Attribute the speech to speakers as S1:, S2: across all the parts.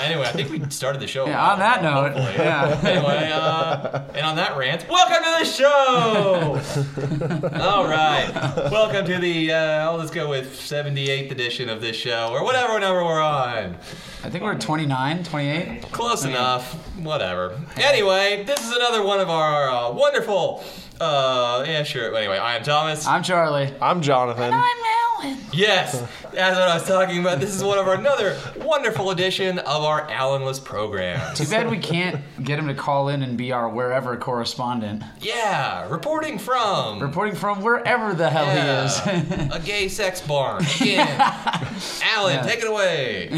S1: Anyway, I think we started the show.
S2: Yeah, on that note,
S1: hopefully.
S2: yeah.
S1: Anyway, uh, and on that rant, welcome to the show. All right, welcome to the. Uh, let's go with 78th edition of this show, or whatever number we're on.
S2: I think we're at 29, 28.
S1: Close enough. Whatever. Anyway, this is another one of our uh, wonderful. Uh, yeah, sure. Anyway, I am Thomas.
S2: I'm Charlie.
S3: I'm Jonathan.
S1: Yes, that's what I was talking about. This is one of our another wonderful edition of our Allenless program.
S2: Too bad we can't get him to call in and be our wherever correspondent.
S1: Yeah, reporting from
S2: Reporting from wherever the hell Oh, he is.
S1: Yeah, a gay sex barn again. Alan, take it away.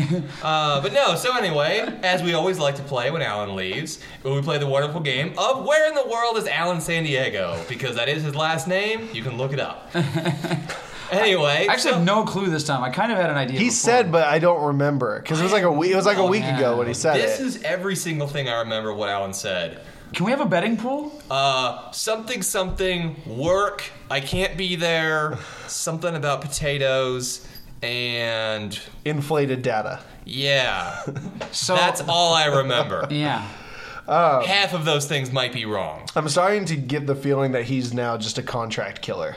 S1: Uh, but no, so anyway, as we always like to play when Alan leaves, we play the wonderful game of Where in the World is Alan San Diego? Because that is his last name. You can look it up. anyway,
S2: I actually
S1: so-
S2: have no clue this time. I kind of had an idea.
S3: He
S2: before.
S3: said, but I don't remember because it was like a week. It was like a week
S2: man.
S3: ago when he said
S1: Oh, this
S3: it.
S1: is every single thing I remember what Alan said.
S2: "Can we have a betting pool?"
S1: Uh, something, something, work, I can't be there, something about potatoes, and
S3: Inflated data.
S1: yeah.
S2: So
S1: That's all I remember.
S2: yeah.
S1: Half of those things might be wrong.
S3: I'm starting to get the feeling that he's now just a contract killer,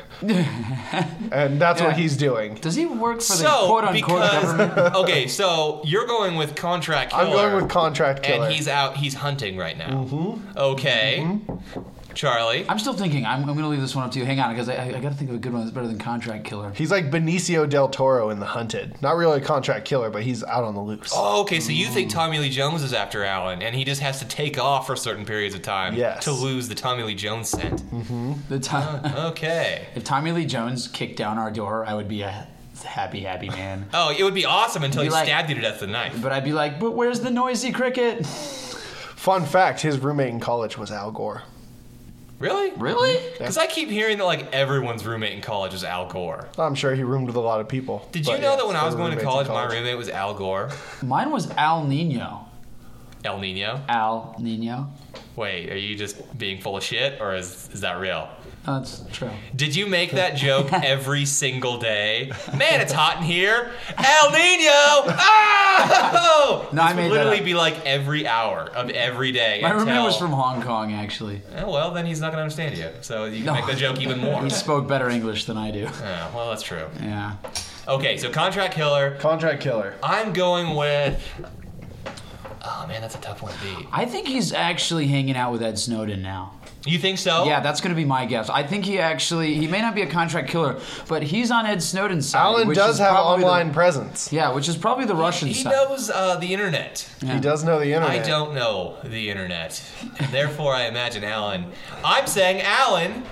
S3: and that's
S2: Yeah.
S3: what he's doing.
S2: Does he work for the
S1: So,
S2: quote-unquote government?
S1: because okay, so you're going with contract killer.
S3: I'm going with contract killer.
S1: And he's out. He's hunting right now.
S2: Mm-hmm.
S1: Okay, Charlie.
S2: I'm still thinking. I'm, I'm going to leave this one up to you. Hang on, because I, I, I got to think of a good one that's better than Contract Killer.
S3: He's like Benicio del Toro in The Hunted. Not really a contract killer, but he's out on the loose.
S1: Oh, okay, so you think Tommy Lee Jones is after Alan, and he just has to take off for certain periods of time
S3: Yes.
S1: to lose the Tommy Lee Jones scent.
S2: Mm-hmm. The
S1: Uh-huh.
S2: time
S1: Okay.
S2: if Tommy Lee Jones kicked down our door, I would be a happy, happy man.
S1: Oh, it would be awesome until
S2: Be
S1: he
S2: like-
S1: stabbed you to death with a knife.
S2: But I'd be like, "But where's the noisy cricket?"
S3: Fun fact: his roommate in college was Al Gore.
S1: Really?
S2: Really?
S1: Because I keep hearing that like everyone's roommate in college is Al Gore.
S3: I'm sure he roomed with a lot of people.
S1: Did
S3: but
S1: you know
S3: yeah,
S1: that when I
S3: they
S1: was
S3: were
S1: going to
S3: roommates in
S1: college, my roommate was Al Gore?
S2: Mine was Al Nino.
S1: El Nino?
S2: Al Nino.
S1: Wait, are you just being full of shit or is, is that real?
S2: That's true.
S1: Did you make that joke every single day? Man, it's hot in here. El Nino! Oh!
S2: No, I
S1: This would
S2: made that
S1: literally
S2: up.
S1: be like every hour of every day.
S2: My roommate
S1: until-
S2: was from Hong Kong, actually.
S1: Oh, well, then he's not going to understand you. So you can
S2: No.
S1: make the joke even more.
S2: He spoke better English than I do.
S1: Oh, well, that's true.
S2: Yeah.
S1: Okay, so Contract Killer.
S3: Contract killer.
S1: I'm going with. Oh, man, that's a tough one to beat.
S2: I think he's actually hanging out with Ed Snowden now.
S1: You think so?
S2: Yeah, that's going to be my guess. I think he actually he may not be a contract killer, but he's on Ed Snowden's side.
S3: Alan
S2: which
S3: does
S2: is
S3: have
S2: probably the-
S3: online presence.
S2: yeah, which is probably the Russian
S1: He
S2: side.
S1: knows uh, the internet.
S2: Yeah.
S3: He does know the internet.
S1: I don't know the internet. And therefore, I imagine Alan. I'm saying Alan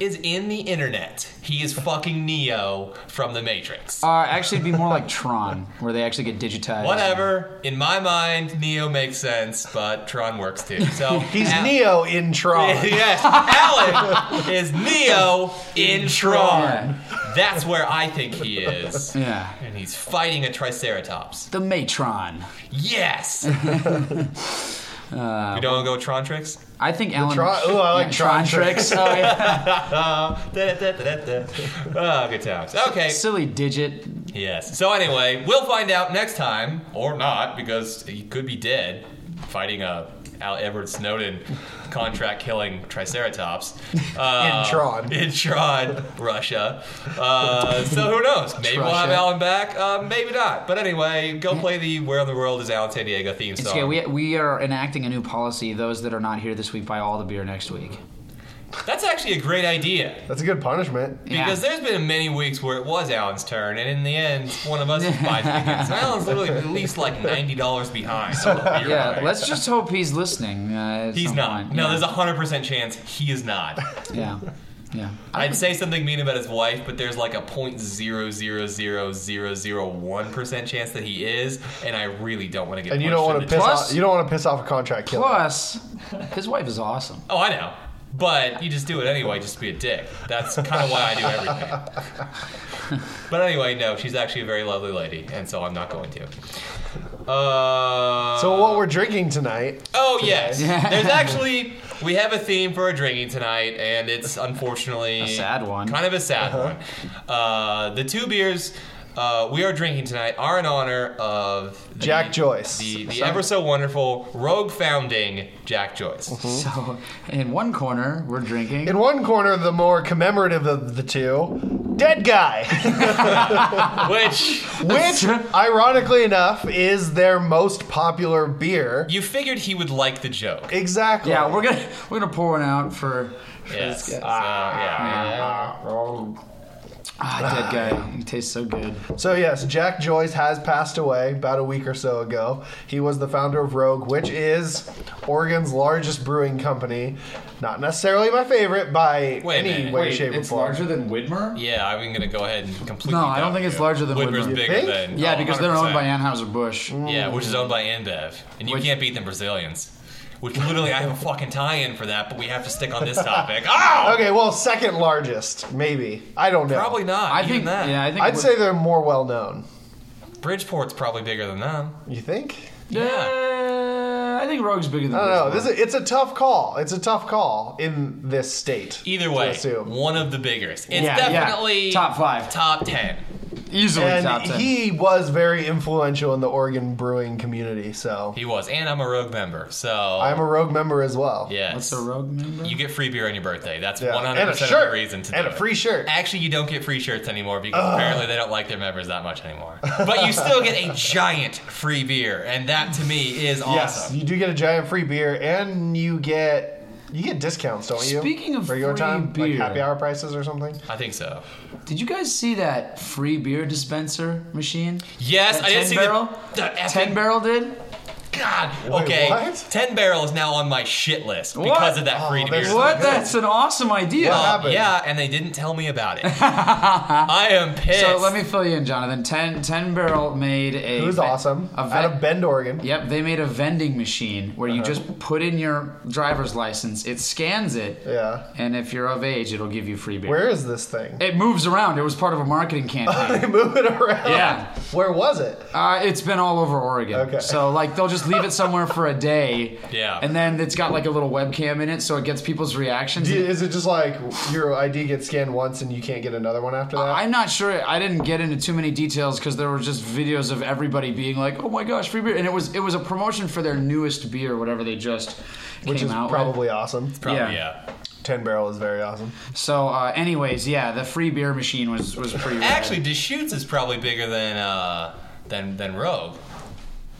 S1: is in the internet. He is fucking Neo from The Matrix.
S2: Uh, actually, it'd be more like Tron, where they actually get digitized.
S1: Whatever. In my mind, Neo makes sense, but Tron works too. So
S3: He's
S1: Al-
S3: Neo in Tron.
S1: yes, Alan is Neo in Tron. That's where I think he is.
S2: Yeah.
S1: And he's fighting a Triceratops.
S2: The Matron.
S1: Yes.
S2: Uh,
S1: you don't want to go Tron tricks?
S2: I think Alan.
S3: Tron- ooh, I like
S2: Yeah,
S3: Tron
S2: tricks. Oh, yeah.
S1: Da-da-da-da-da. oh, good times. Okay.
S2: Silly digit.
S1: Yes. So anyway, we'll find out next time, or not, because he could be dead, fighting a Al Edward Snowden contract killing Triceratops uh,
S3: In Tron.
S1: In Tron, Russia. Uh, so who knows? Maybe we'll have
S2: Russia.
S1: Alan back. Uh, maybe not. But anyway, go play the "Where in the World Is Alan San Diego" theme
S2: It's
S1: song.
S2: okay. We, we are enacting a new policy. Those that are not here this week buy all the beer next week.
S1: That's actually a great idea.
S3: That's a good punishment.
S2: Yeah.
S1: Because there's been many weeks where it was Alan's turn, and in the end, one of us buys tickets. And Alan's literally at least like ninety dollars behind. So you're
S2: Yeah,
S1: right.
S2: let's just hope he's listening. Uh, at
S1: He's
S2: some
S1: not.
S2: point.
S1: No,
S2: yeah.
S1: there's a hundred percent chance he is not.
S2: Yeah, yeah.
S1: I'd say something mean about his wife, but there's like a point zero zero zero zero zero one percent chance that he is, and I really don't want to get.
S3: And you
S1: pushed
S3: don't want to
S1: into-
S3: piss
S2: Plus-
S3: off. You don't want to piss off a contract killer.
S2: Plus, his wife is awesome.
S1: Oh, I know. But you just do it anyway, just to be a dick. That's kind of why I do everything. but anyway, no, she's actually a very lovely lady, and so I'm not going to. Uh,
S3: So what we're drinking tonight?
S1: Oh yes, there's actually we have a theme for a drinking tonight, and it's unfortunately
S2: A sad one.
S3: Uh-huh.
S1: kind of a sad one. Uh, the two beers. Uh, we are drinking tonight are in honor of the-
S3: Jack Joyce.
S1: the, the
S2: Sorry.
S1: ever so wonderful rogue founding Jack Joyce.
S3: Hmm? Mm-hmm.
S2: So, in one corner, we're drinking.
S3: In one corner, the more commemorative of the two, dead guy,
S1: Which
S3: which, ironically enough, is their most popular beer.
S1: you figured he would like the joke.
S3: Exactly.
S2: yeah, we're gonna we're gonna pour one out for.
S1: Yes.
S2: this
S1: So,
S2: guy.
S1: yeah.
S2: Ah, dead guy. He tastes so good.
S3: So yes, Jack Joyce has passed away about a week or so ago. He was the founder of Rogue, which is Oregon's largest brewing company. Not necessarily my favorite by
S1: Wait a
S3: any
S1: minute.
S3: way,
S1: Wait,
S3: shape, or
S4: It's
S3: form.
S4: larger than Widmer?
S1: Yeah, I'm gonna go ahead and completely.
S2: No, I don't
S1: dump
S2: think it's
S1: you.
S2: larger than
S1: Whitmer's
S2: Woodward.
S1: bigger
S3: You think?
S1: than.
S2: Yeah,
S1: oh,
S2: because they're owned by
S1: 100%.
S2: Anheuser Busch.
S3: Hmm.
S1: Yeah, which is owned by Ambev, and you
S2: Which-
S1: can't beat them Brazilians. Which literally, I have a fucking tie-in for that, but we have to stick on this topic. Oh,
S3: Okay, well, second largest, maybe. I don't know.
S1: probably not.
S2: I
S1: even
S2: think.
S1: that.
S2: Yeah, I think.
S3: I'd
S2: Wood-
S3: say they're more well known.
S1: Bridgeport's probably bigger than them.
S3: You think?
S2: Yeah, I think Rogue's bigger than.
S3: I don't know.
S2: Woodward.
S3: This is, it's a tough call. It's a tough call in this state.
S1: Either
S3: to
S1: way,
S3: assume.
S1: one of the biggest. It's
S2: Yeah, yeah.
S1: definitely
S2: Top five.
S1: top ten.
S2: easily top
S3: And
S2: ten.
S3: he was very influential in the Oregon brewing community, so
S1: He was, and I'm a rogue member, so
S3: I'm a Rogue member as well.
S1: yes.
S2: What's a Rogue member?
S1: You get free beer on your birthday. That's
S3: Yeah.
S1: 100%
S3: And a
S1: of
S3: shirt.
S1: the reason to
S3: And
S1: do
S3: a
S1: it.
S3: free shirt.
S1: Actually, you don't get free shirts anymore because apparently they don't like their members that much anymore. But you still get a giant free beer, and that to me is
S3: Yes,
S1: awesome.
S3: you do get a giant free beer, and you get you get discounts, don't you?
S2: Speaking of
S3: regular
S2: free
S3: time,
S2: beer.
S3: like happy hour prices or something.
S1: I think so.
S2: Did you guys see that free beer dispenser machine?
S1: Yes,
S2: That
S1: I didn't
S2: 10
S1: see
S2: barrel?
S1: the, the effing-
S2: Ten Barrel did.
S1: God.
S3: Wait,
S1: okay,
S3: what?
S1: ten barrel is now on my shit list
S2: What?
S1: because of that
S3: Oh,
S1: free beer.
S3: there's-
S1: stuff.
S2: What? That's an awesome idea.
S3: Wow.
S1: Uh,
S3: happened?
S1: yeah, and they didn't tell me about it. I am pissed.
S2: So let me fill you in, Jonathan. Ten, 10 Barrel made a.
S3: It was
S2: ve-
S3: awesome.
S2: A
S3: Out
S2: vet-
S3: of Bend, Oregon.
S2: Yep, they made a vending machine where
S3: Uh-huh.
S2: you just put in your driver's license, it scans it,
S3: Yeah.
S2: and if you're of age, it'll give you free beer.
S3: Where is this thing?
S2: It moves around. It was part of a marketing campaign.
S3: They move it around.
S2: Yeah.
S3: Where was it?
S2: Uh, it's been all over Oregon.
S3: Okay.
S2: So like they'll just leave it somewhere for a day.
S1: Yeah.
S2: And then it's got like a little webcam in it, so it gets people's reactions.
S3: Do you- Is it just like your ID gets scanned once and you can't get another one after that?
S2: I'm not sure. I didn't get into too many details because there were just videos of everybody being like, "Oh my gosh, free beer!" And it was it was a promotion for their newest beer, whatever they just
S3: Which
S2: came
S3: is
S2: out with.
S3: probably awesome.
S1: Probably,
S2: yeah.
S1: yeah.
S3: Ten Barrel is very awesome.
S2: So, uh, anyways, yeah, the free beer machine was was pretty. rad.
S1: Actually, Deschutes is probably bigger than uh, than than Rogue.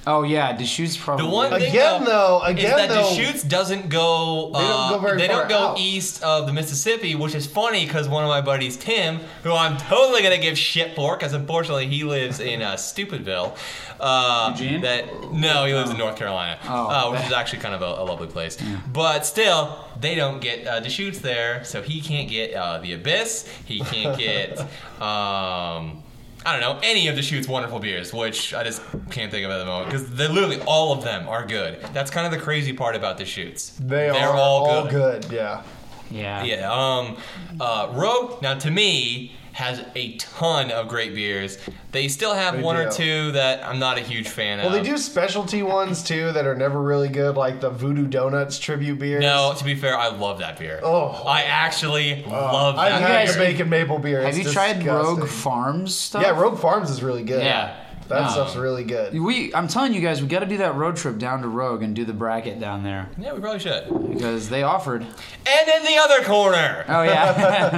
S2: oh yeah, Deschutes probably.
S1: The one thing
S3: Again,
S1: though,
S3: though, again,
S1: is that
S3: though-
S1: Deschutes doesn't go. Uh, they don't go,
S3: don't go very far out.
S1: east of the Mississippi, which is funny because one of my buddies, Tim, who I'm totally gonna give shit for, because unfortunately he lives in uh, Stupidville. Uh,
S2: Eugene?
S1: That no, he lives in North Carolina,
S2: Oh.
S1: uh, which is actually kind of a, a lovely place. But still, they don't get uh, Deschutes there, so he can't get uh, the Abyss. He can't get. um, I don't know any of the shoot's wonderful beers, which I just can't think of at the moment because they literally all of them are good. That's kind of the crazy part about the shoots.
S3: They
S1: They're
S3: are
S1: all, good.
S3: Yeah.
S2: yeah.
S1: Yeah. Um, uh, Rogue now to me has a ton of great beers. They still have
S3: They
S1: one or
S3: do.
S1: two that I'm not a huge fan
S3: Well,
S1: of.
S3: they do specialty ones too that are never really good, like the Voodoo Donuts tribute beers.
S1: No, to be fair, I love that beer.
S3: Oh.
S1: I actually love
S3: I
S1: that. beer.
S3: had
S2: guys-
S3: the bacon maple beer.
S2: Have
S3: It's
S2: you tried
S3: disgusting.
S2: Rogue Farms stuff?
S3: Yeah, Rogue Farms is really good.
S2: Yeah.
S3: That
S2: No.
S3: stuff's really good.
S2: We, I'm telling you guys, we got to do that road trip down to Rogue and do the bracket down there
S1: Yeah, we probably should.
S2: because they offered.
S1: And in the other corner.
S2: Oh yeah.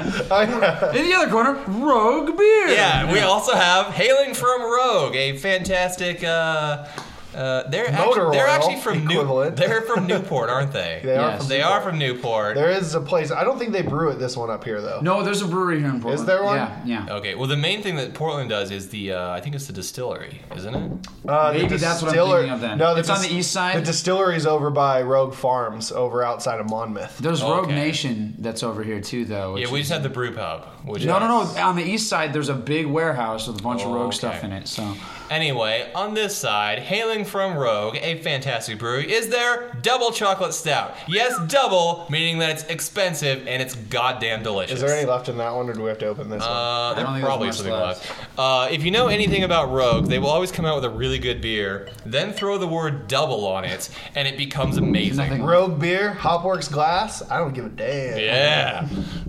S2: In the other corner, Rogue beer.
S1: Yeah, we also have hailing from Rogue, a fantastic. Uh, uh, they're
S3: Motor
S1: actually, they're
S3: oil
S1: actually from New,
S3: equivalent.
S1: They're from Newport, aren't they?
S3: They are
S2: Yes.
S3: from
S1: They are from Newport.
S3: There is a place. I don't think they brew it this one up here though.
S2: No, there's a brewery here in Portland.
S3: Is there one?
S2: Yeah, yeah.
S1: Okay. Well, the main thing that Portland does is the uh, I think it's the distillery, isn't it?
S3: Uh,
S2: Maybe that's what I'm
S3: distiller-
S2: thinking of then.
S3: No,
S2: It's on the east side?
S3: The distillery's over by Rogue Farms, over outside of Monmouth.
S2: There's Rogue
S1: Oh, Okay.
S2: Nation that's over here too, though. which
S1: Yeah, we
S2: is-
S1: just have the brew pub. Which
S2: No, no, no. On the east side, there's a big warehouse with a bunch of
S1: Oh,
S2: Rogue
S1: okay. Uh,
S2: stuff in it. So
S1: Anyway, on this side, hailing from Rogue, a fantastic brewery, is their double chocolate stout. Yes, double, meaning that it's expensive and it's goddamn delicious.
S3: Is there any left in that one, or do we have to open this one?
S1: Uh,
S2: don't
S1: there
S2: think
S1: probably is
S2: there's
S1: something
S2: much
S1: left. Uh, if you know anything about Rogue, they will always come out with a really good beer, then throw the word double on it, and it becomes amazing.
S2: nothing.
S3: Rogue beer, Hopworks glass. I don't give a damn.
S1: Yeah.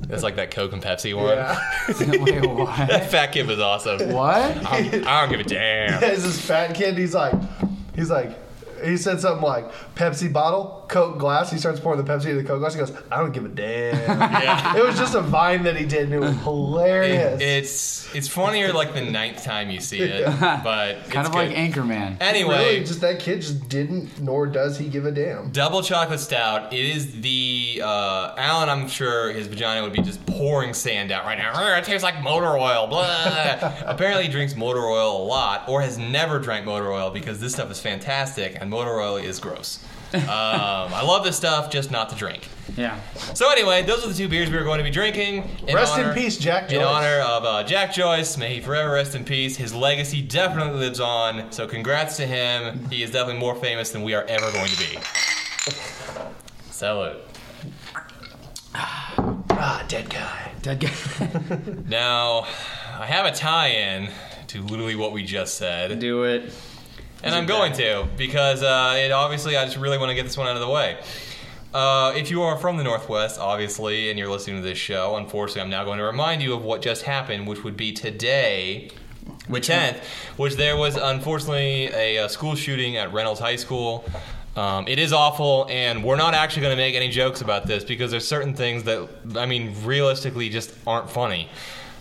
S1: It's like that Coke and Pepsi one.
S3: Yeah.
S2: Wait, what?
S1: That fat kid was awesome.
S2: What?
S1: I don't, I don't give a damn.
S3: There's this fat kid. He's like, he's like, he said something like Pepsi bottle, Coke glass. He starts pouring the Pepsi into the Coke glass. He goes, I don't give a damn.
S1: Yeah.
S3: it was just a vine that he did, and it was hilarious.
S1: It- it's it's funnier like the ninth time you see it, but
S2: Kind
S1: it's
S2: of
S1: good.
S2: like Anchorman.
S1: Anyway,
S3: really, just that kid just didn't, nor does he give a damn.
S1: double chocolate stout. It is the uh, Alan. I'm sure his vagina would be just pouring sand out right now. "Urgh, It tastes like motor oil. Blah. Apparently, he drinks motor oil a lot, or has never drank motor oil because this stuff is fantastic and motor oil is gross. um, I love this stuff, just not to drink.
S2: Yeah.
S1: So anyway, those are the two beers we are going to be drinking.
S3: Rest in peace, Jack
S1: In
S3: Joyce.
S1: honor of uh, Jack Joyce, may he forever rest in peace. His legacy definitely lives on. So congrats to him. He is definitely more famous than we are ever going to be. Salute.
S3: Ah, dead guy.
S2: Dead guy.
S1: Now, I have a tie-in to literally what we just said.
S2: Do it.
S1: And I'm going to because uh, it obviously I just really want to get this one out of the way. Uh, if you are from the Northwest, obviously, and you're listening to this show, unfortunately, I'm now going to remind you of what just happened, which would be today, the 10th, which there was unfortunately a, uh school shooting at Reynolds High School. Um, it is awful, and we're not actually going to make any jokes about this because there's certain things that, I mean, realistically just aren't funny.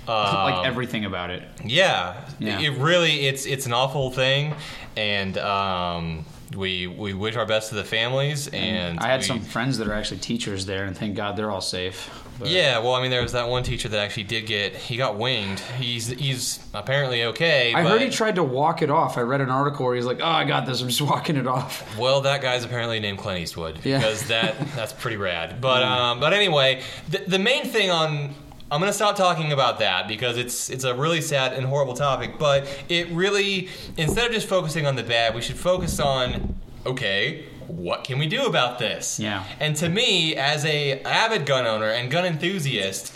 S1: Um,
S2: like everything about it.
S1: yeah,
S2: Yeah.
S1: it really it's it's an awful thing, and um, we we wish our best to the families. And
S2: I had
S1: we-
S2: some friends that are actually teachers there, and thank God they're all safe. But-
S1: Yeah, well, I mean, there was that one teacher that actually did get he got winged. He's he's apparently okay.
S2: I
S1: but,
S2: heard he tried to walk it off. I read an article where he's like, "Oh, I got this. I'm just walking it off."
S1: Well, that guy's apparently named Clint Eastwood
S2: Yeah.
S1: because that that's pretty rad. But um, but anyway, the, the main thing on I'm gonna stop talking about that because it's it's a really sad and horrible topic. But it really instead of just focusing on the bad, we should focus on okay. What can we do about this?
S2: Yeah.
S1: And to me, as a avid gun owner and gun enthusiast,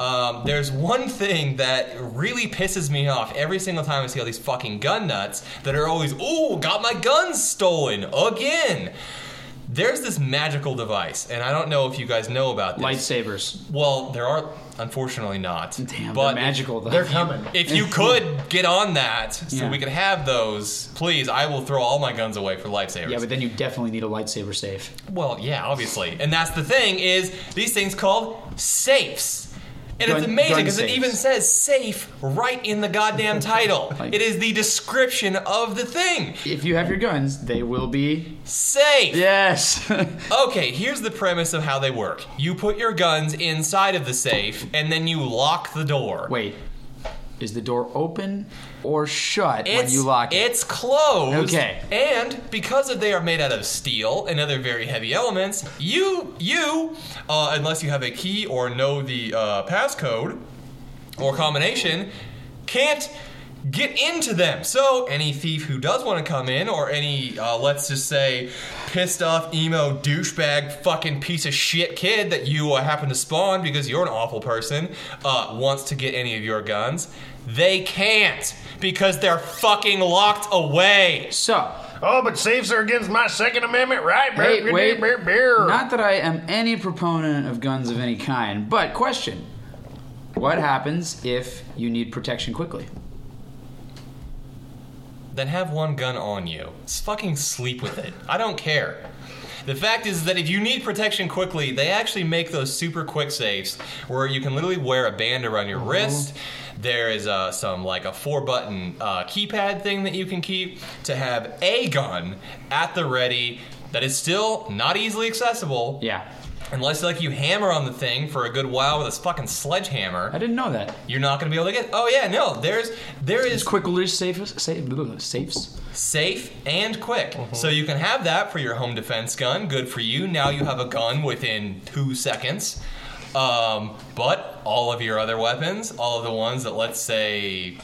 S1: um, there's one thing that really pisses me off every single time I see all these fucking gun nuts that are always, "Ooh, got my guns stolen again." There's this magical device, and I don't know if you guys know about this.
S2: Lightsabers.
S1: Well, there are unfortunately not.
S2: Damn,
S1: but
S2: they're magical though.
S3: They're coming.
S1: If you could get on that, so
S2: Yeah.
S1: we could have those, please. I will throw all my guns away for lifesavers.
S2: yeah, but then you definitely need a lightsaber safe.
S1: Well, yeah, obviously. And that's the thing is these things called safes. And it's
S2: Gun-
S1: amazing
S2: gun
S1: because it
S2: safes.
S1: even says safe right in the goddamn title.
S2: Like-
S1: it is the description of the thing.
S2: If you have your guns, they will be
S1: Safe.
S2: yes.
S1: Okay, here's the premise of how they work. You put your guns inside of the safe and then you lock the door.
S2: Wait, is the door open or shut when
S1: It's-
S2: you lock it?
S1: It's closed.
S2: Okay.
S1: And because of they are made out of steel and other very heavy elements, you you uh, unless you have a key or know the uh, passcode or combination, can't get into them. So any thief who does want to come in, or any uh, let's just say pissed off emo douchebag fucking piece of shit kid that you uh, happen to spawn because you're an awful person, uh, wants to get any of your guns, they can't because they're fucking locked away.
S2: so
S3: Oh, but safes are against my Second Amendment right.
S2: Hey, wait. Not that I am any proponent of guns of any kind, but question. What happens if you need protection quickly?
S1: Then have one gun on you. S- fucking sleep with it. I don't care. The fact is that if you need protection quickly, they actually make those super quick safes where you can literally wear a band around your wrist. There is uh, some like a four button uh, keypad thing that you can keep to have a gun at the ready that is still not easily accessible.
S2: Yeah.
S1: Unless like you hammer on the thing for a good while with a fucking sledgehammer,
S2: I didn't know that.
S1: you're not gonna be able to get. Oh yeah, no, there's there is
S2: Is quick release safes? Safe, blah, blah, blah, safes?
S1: safe and quick. So you can have that for your home defense gun. Good for you. Now you have a gun within two seconds. Um, but all of your other weapons, all of the ones that let's say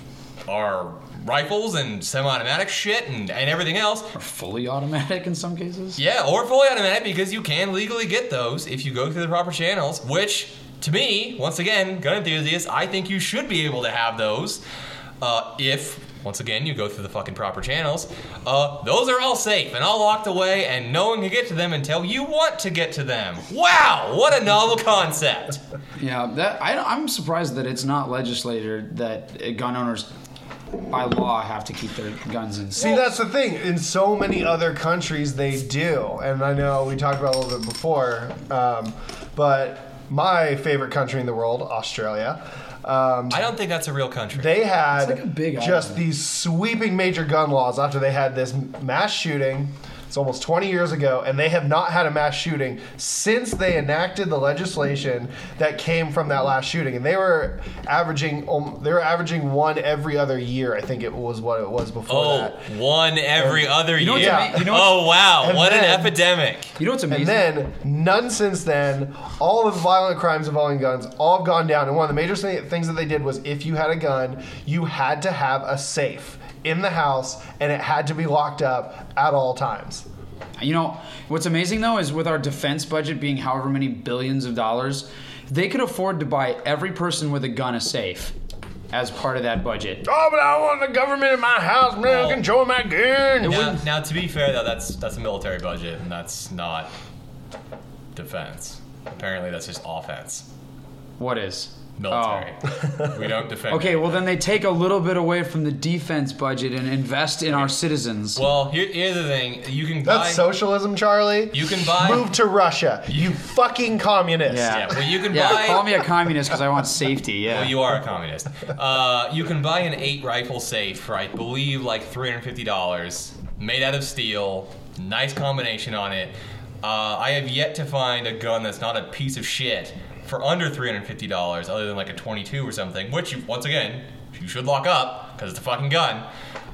S1: are rifles and semi-automatic shit and, and everything else,
S2: Are fully automatic in some cases?
S1: yeah, or fully automatic because you can legally get those if you go through the proper channels, which to me, once again, gun enthusiast, I think you should be able to have those uh, if Once again, you go through the fucking proper channels. Uh, those are all safe and all locked away, and no one can get to them until you want to get to them. Wow, what a novel concept!
S2: Yeah, that I, I'm surprised that it's not legislated that uh, gun owners by law have to keep their guns in.
S3: See, that's the thing. In so many other countries, they do. And I know we talked about it a little bit before, um, but my favorite country in the world, Australia, um,
S1: I don't think that's a real country.
S3: they had
S2: like a big
S3: just
S2: island.
S3: these sweeping major gun laws after they had this mass shooting. It's almost 20 years ago, and they have not had a mass shooting since they enacted the legislation that came from that last shooting. And they were averaging, um, they were averaging one every other year. I think it was what it was before
S1: oh,
S3: that.
S1: one every other
S2: know what's
S1: year.
S3: ama- you
S2: know what's-
S1: oh wow,
S3: And
S1: what
S3: then-
S1: an epidemic!
S2: You know what's amazing?
S3: And then none since then. All of the violent crimes involving guns all have gone down. And one of the major thi- things that they did was if you had a gun, you had to have a safe in the house and it had to be locked up at all times.
S2: You know, what's amazing though is with our defense budget being however many billions of dollars, they could afford to buy every person with a gun a safe as part of that budget.
S3: Oh, but I want the government in my house, man, control my gun.
S1: Now, now, to be fair though, that's that's a military budget, and that's not defense. Apparently, that's just offense.
S2: What is?
S1: Military.
S2: Oh.
S1: we don't defend.
S2: Okay, well then they take a little bit away from the defense budget and invest in our citizens.
S1: Well, here, here's the thing: you can buy.
S3: That's socialism, Charlie.
S1: you can buy.
S3: Move to Russia, you fucking communist.
S2: Yeah.
S1: Yeah, well, you can
S2: yeah,
S1: buy.
S2: call me a communist because I want safety. Yeah.
S1: Well, Oh, you are a communist. Uh, you can buy an eight rifle safe for, I believe, like three hundred fifty dollars, made out of steel. Nice combination on it. Uh, I have yet to find a gun that's not a piece of shit for under three hundred fifty dollars, other than like a twenty-two or something. Which, you, once again, you should lock up because it's a fucking gun.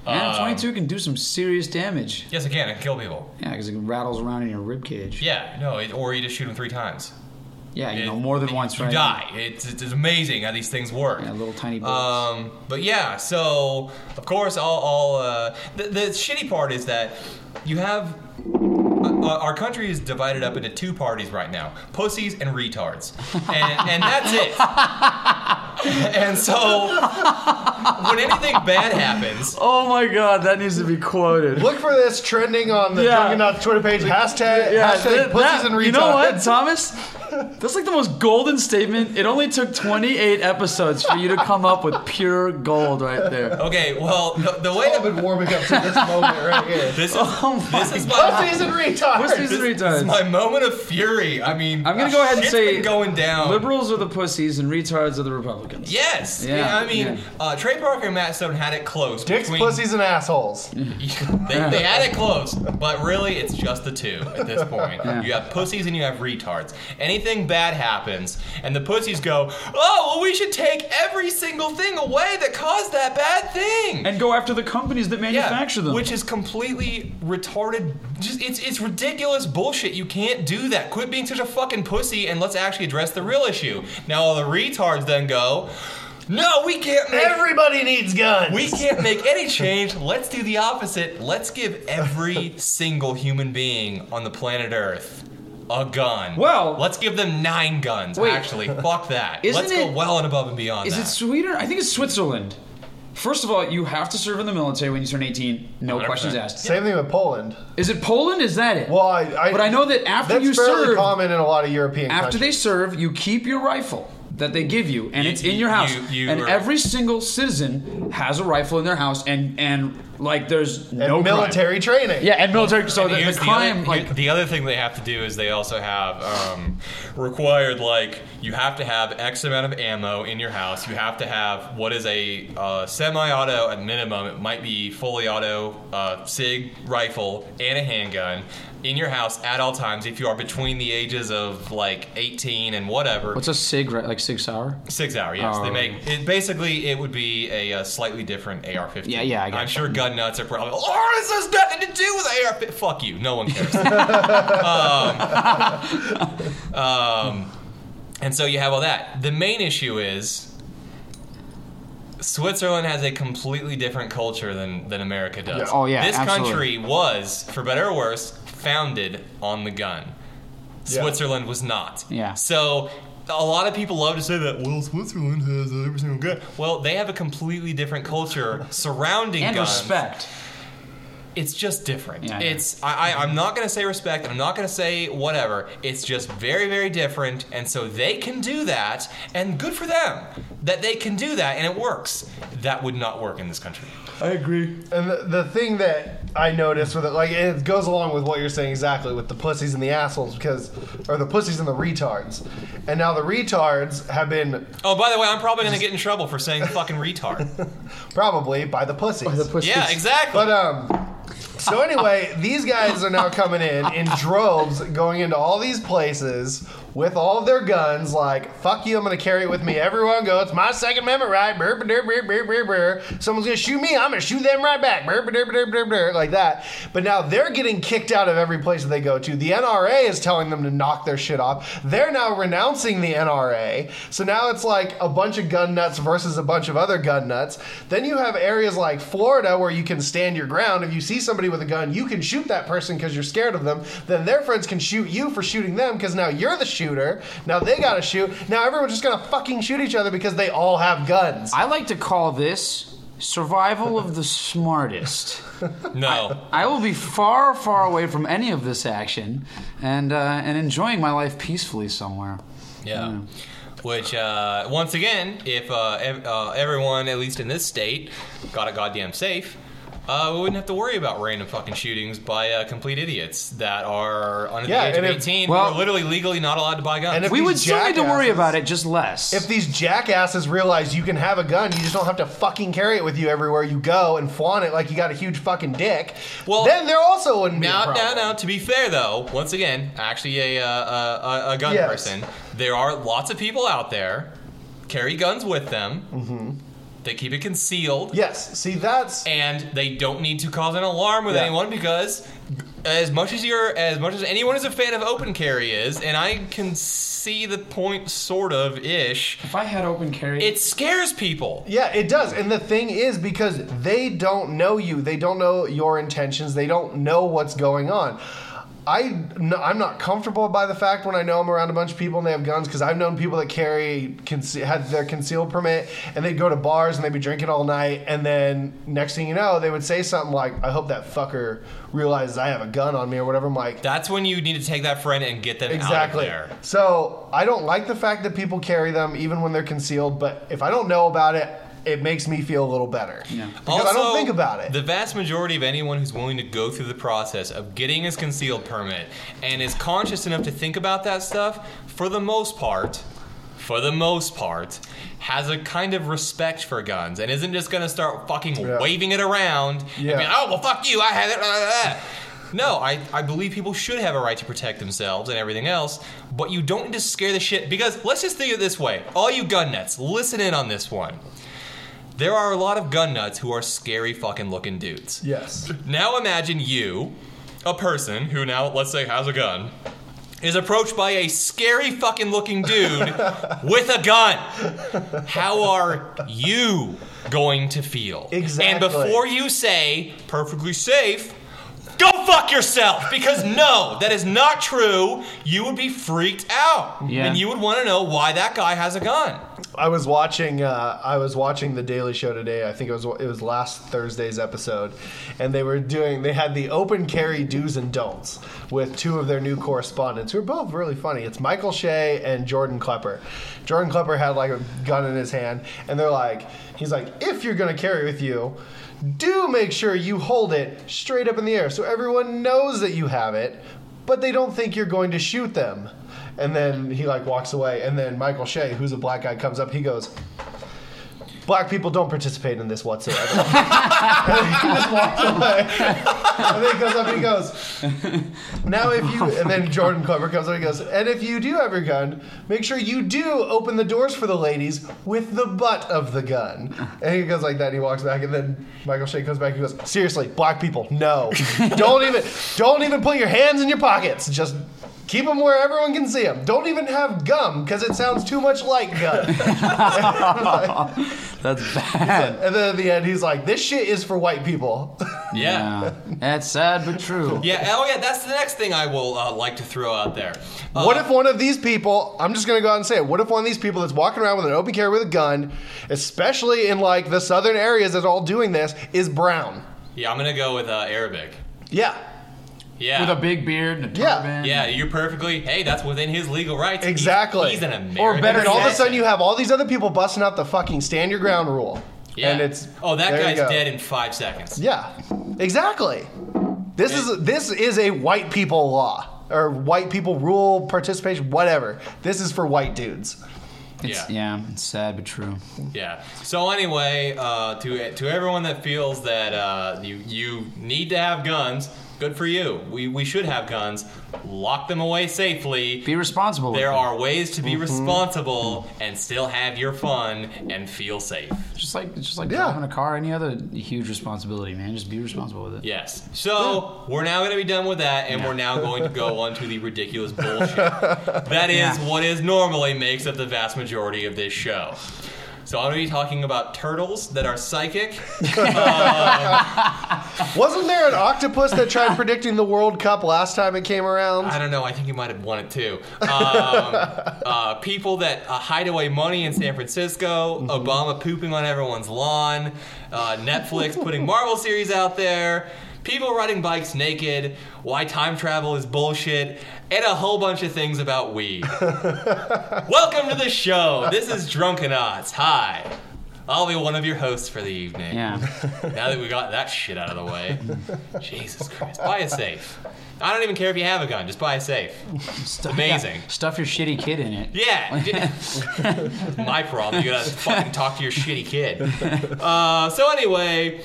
S2: Man,
S1: Um,
S2: 22 can do some serious damage.
S1: Yes, it can. It can kill people.
S2: Yeah, because it rattles around in your rib cage.
S1: Yeah, no, it, or you just shoot them three times.
S2: Yeah, you
S1: It-
S2: know, more than
S1: you-
S2: once,
S1: You
S2: right?
S1: die. It's, it's amazing how these things work.
S2: Yeah, little tiny bullets.
S1: Um, but yeah, so of course, all, all uh, the, the shitty part is that you have uh, our country is divided up into two parties right now: pussies and retards, and, and that's it. and so, when anything bad happens,
S2: oh my god, that needs to be quoted.
S3: Look for this trending on the
S2: Yeah.
S3: Juggernaut Twitter page. Hashtag, hashtag
S2: th-
S3: pussies
S2: that-
S3: and retards.
S2: You know what, Thomas? That's like the most golden statement. It only took 28 episodes for you to come up with pure gold right there.
S1: okay, well, the, the way
S3: I've been warming up to this moment right here.
S1: this is
S2: Oh my
S1: this is my.
S3: Pussies and retards.
S2: Pussies and
S1: This is
S2: retards.
S1: my moment of fury. I mean,
S2: I'm gonna go ahead and
S1: shit's
S2: say
S1: been going down.
S2: Liberals are the pussies and retards are the Republicans.
S1: Yes.
S2: Yeah,
S1: Yeah. I mean,
S2: yeah.
S1: Uh, Trey Parker and Matt Stone had it close.
S3: Dicks,
S1: between-
S3: pussies, and assholes.
S1: they, they had it close, but really, it's just the two at this point.
S2: Yeah.
S1: You have pussies and you have retards. Anything bad happens, and the pussies go, "Oh, well, we should take every single thing away that caused that bad thing."
S2: And go after the companies that manufacture them.
S1: Which is completely retarded. Just it's it's ridiculous bullshit. You can't do that. Quit being such a fucking pussy and let's actually address the real issue. Now all the retards then go, no, we can't make
S3: Everybody needs guns.
S1: we can't make any change. Let's do the opposite. Let's give every single human being on the planet Earth a gun.
S2: Well-
S1: let's give them nine guns.
S2: Wait.
S1: actually, fuck that.
S2: Isn't
S1: let's go
S2: it-
S1: well and above and beyond.
S2: Is
S1: that.
S2: it Sweden? I think it's Switzerland. First of all, you have to serve in the military when you turn 18. No
S1: 100%.
S2: questions asked.
S3: Same thing with Poland.
S2: Is it Poland? Is that it?
S3: Well, I, I
S2: but I know that after
S3: that's
S2: you
S3: fairly
S2: serve,
S3: common in a lot of European
S2: after
S3: countries.
S2: they serve, you keep your rifle that they give you, and
S1: You-
S2: it's in
S1: you-
S2: your house.
S1: you- you
S2: and
S1: are-
S2: every single citizen has a rifle in their house, and and like there's
S3: and
S2: no crime.
S3: military training.
S2: Yeah, and military. So
S1: And
S2: the, the
S1: here's
S2: crime,
S1: other,
S2: like
S1: here- the other thing they have to do is they also have um, required like you have to have X amount of ammo in your house. You have to have what is a uh, semi-auto at minimum. It might be fully auto uh, Sig rifle and a handgun in your house at all times. If you are between the ages of like 18 and whatever,
S2: what's a sig? Right, like six hour.
S1: Six hour, yes.
S2: Oh.
S1: They make it basically. It would be a, uh slightly different AR-15.
S2: Yeah, yeah, I
S1: am
S2: got Mm.
S1: sure gun nuts are probably. Oh, this has nothing to do with AR. Fuck you. No one cares. um, um, and so you have all that. The main issue is Switzerland has a completely different culture than than America does.
S2: Oh, yeah,
S1: This
S2: absolutely.
S1: country was, for better or worse, founded on the gun.
S3: Yeah.
S1: Switzerland was not.
S2: Yeah.
S1: So a lot of people love to say that. Well, Switzerland has every single gun. Well, they have a completely different culture surrounding
S2: and
S1: guns.
S2: respect.
S1: It's just different.
S2: Yeah, I know.
S1: it's I, I I'm not gonna say respect. and I'm not gonna say whatever. It's just very very different, and so they can do that, and good for them that they can do that, and it works. That would not work in this country.
S2: I agree.
S3: And the, the thing that I noticed with it, like, it goes along with what you're saying exactly with the pussies and the assholes, because, or the pussies and the retards. And now the retards have been
S1: Oh, by the way, I'm probably gonna get in trouble for saying fucking retard.
S3: probably by the pussies.
S1: yeah, exactly.
S3: But, um, so anyway, these guys are now coming in in droves, going into all these places with all of their guns, like, fuck you, I'm gonna carry it with me. Everyone go, it's my Second Amendment right. Brr, brr, brr, brr, brr, brr, brr. Someone's gonna shoot me, I'm gonna shoot them right back. Brr, brr, brr, brr, brr, brr, like that. But now they're getting kicked out of every place that they go to. The NRA is telling them to knock their shit off. They're now renouncing the NRA. So now it's like a bunch of gun nuts versus a bunch of other gun nuts. Then you have areas like Florida where you can stand your ground. If you see somebody with a gun, you can shoot that person because you're scared of them. Then their friends can shoot you for shooting them because now you're the shooter. Now they gotta shoot. Now everyone's just gonna fucking shoot each other because they all have guns.
S2: I like to call this survival of the smartest.
S1: no,
S2: uh, I will be far, far away from any of this action, and uh, and enjoying my life peacefully somewhere.
S1: Yeah. Which, uh, once again, if uh, ev- uh, everyone, at least in this state, got a goddamn safe, uh, we wouldn't have to worry about random fucking shootings by uh, complete idiots that are under
S3: Yeah,
S1: the age of
S3: and if-
S1: 18
S2: well-
S1: who are literally legally not allowed to buy guns.
S3: And if-
S2: We
S3: These
S2: would still need to worry
S3: jackasses.
S2: about it, just less.
S3: If these jackasses realize you can have a gun, you just don't have to fucking carry it with you everywhere you go and flaunt it like you got a huge fucking dick.
S1: Well,
S3: Well, then there also wouldn't be a
S1: now,
S3: problem.
S1: now, now, to be fair though, once again, actually a, uh, a, a- a gun
S3: Yes.
S1: person, there are lots of people out there carry guns with them. Mm-hmm. They keep it concealed.
S3: Yes. See, that's
S1: and they don't need to cause an alarm with
S3: Yeah.
S1: anyone because as much as you're as much as anyone is a fan of open carry is and i can see the point sort of ish
S2: If I had open carry,
S1: it scares people
S3: Yeah, it does. And the thing is, because they don't know you, they don't know your intentions, they don't know what's going on. I, no, I'm not comfortable by the fact when I know I'm around a bunch of people and they have guns because I've known people that carry conce- had their concealed permit and they'd go to bars and they'd be drinking all night and then next thing you know they would say something like I hope that fucker realizes I have a gun on me or whatever. I'm like
S1: that's when you need to take that friend and get them
S3: Exactly.
S1: out of there
S3: So I don't like the fact that people carry them even when they're concealed, but if I don't know about it, it makes me feel a little better. Yeah. Because I don't think about it.
S1: The vast majority of anyone who's willing to go through the process of getting his concealed permit and is conscious enough to think about that stuff, for the most part, for the most part, has a kind of respect for guns and isn't just going to start fucking
S3: Yeah.
S1: waving it around and
S3: Yeah.
S1: be like, oh, well, fuck you, I have it. blah, blah, blah." No, I, I believe people should have a right to protect themselves and everything else, but you don't need to scare the shit. Because let's just think of it this way. All you gun nuts, listen in on this one. There are a lot of gun nuts who are scary fucking looking dudes.
S3: yes.
S1: Now imagine you, a person who now, let's say, has a gun, is approached by a scary fucking looking dude with a gun. How are you going to feel? And
S3: Exactly.
S1: before you say, perfectly safe, go fuck yourself because no, that is not true. You would be freaked out.
S2: Yeah.
S1: And you would want to know why that guy has a gun.
S3: I was watching. Uh, I was watching the Daily Show today. I think it was it was last Thursday's episode, and they were doing. They had the open carry do's and don'ts with two of their new correspondents, who are both really funny. It's Michael Shea and Jordan Klepper. Jordan Klepper had like a gun in his hand, and they're like, he's like, if you're gonna carry with you, do make sure you hold it straight up in the air so everyone knows that you have it, but they don't think you're going to shoot them. And then he like walks away, and then Michael Shea, who's a black guy, comes up. He goes, "Black people don't participate in this whatsoever." and he just walks away. And then he comes up and he goes, "Now if you," and then Jordan Clever comes up and he goes, "And if you do have your gun, make sure you do open the doors for the ladies with the butt of the gun." And he goes like that. And he walks back, and then Michael Shea comes back and he goes, "Seriously, black people, no, don't even, don't even put your hands in your pockets. Just Keep them where everyone can see them. Don't even have gum because it sounds too much like gun.
S2: That's bad.
S3: and then at the end, he's like, "This shit is for white people."
S1: yeah.
S2: Yeah. That's sad but true.
S1: Yeah, oh yeah, that's the next thing I will uh, like to throw out there. Uh,
S3: What if one of these people, I'm just gonna go out and say it, what if one of these people that's walking around with an open carry with a gun, especially in like the southern areas that's all doing this, is brown?
S1: Yeah, I'm gonna go with uh, Arabic.
S3: Yeah.
S1: Yeah.
S2: With a big beard and a
S3: Yeah.
S2: turban.
S1: yeah, you're perfectly. Hey, that's within his legal rights. He's-
S3: Exactly.
S1: He's, an American.
S2: Or better
S3: And all of a
S2: Yes.
S3: sudden you have all these other people busting out the fucking stand your ground rule.
S1: Yeah.
S3: And it's
S1: oh, that
S3: there you
S1: guy's
S3: go.
S1: dead in five seconds.
S3: Yeah. Exactly. This is this is a white people law. Or white people rule, participation, whatever. This is for white dudes.
S2: It's, yeah. It's sad but true.
S1: Yeah. So anyway, uh, to to everyone that feels that uh, you you need to have guns, good for you. We we should have guns. Lock them away safely.
S2: Be responsible. with
S1: There
S2: it.
S1: are ways to be
S3: Mm-hmm.
S1: responsible and still have your fun and feel safe.
S2: just like it's just like
S3: Yeah.
S2: driving a car, any other huge responsibility, man. Just be responsible with it.
S1: Yes. So we're now going to be done with that, and we're now going to go on to the ridiculous bullshit. That is
S2: Yeah.
S1: what is normally makes up the vast majority of this show. So I'm going to be talking about turtles that are psychic.
S3: Wasn't there an octopus that tried predicting the World Cup last time it came around?
S1: I don't know. I think you might have won it too. Um, uh, people that uh, hide away money in San Francisco. Obama pooping on everyone's lawn. Uh, Netflix putting Marvel series out there. People riding bikes naked. Why time travel is bullshit. And a whole bunch of things about weed. Welcome to the show. This is Drunkenauts. Hi. I'll be one of your hosts for the evening.
S2: Yeah.
S1: Now that we got that shit out of the way, Jesus Christ, buy a safe. I don't even care if you have a gun; just buy a safe.
S2: Stuff-
S1: Amazing.
S2: yeah, Stuff your shitty kid in it.
S1: Yeah, j- my problem. You gotta fucking talk to your shitty kid. Uh, so anyway,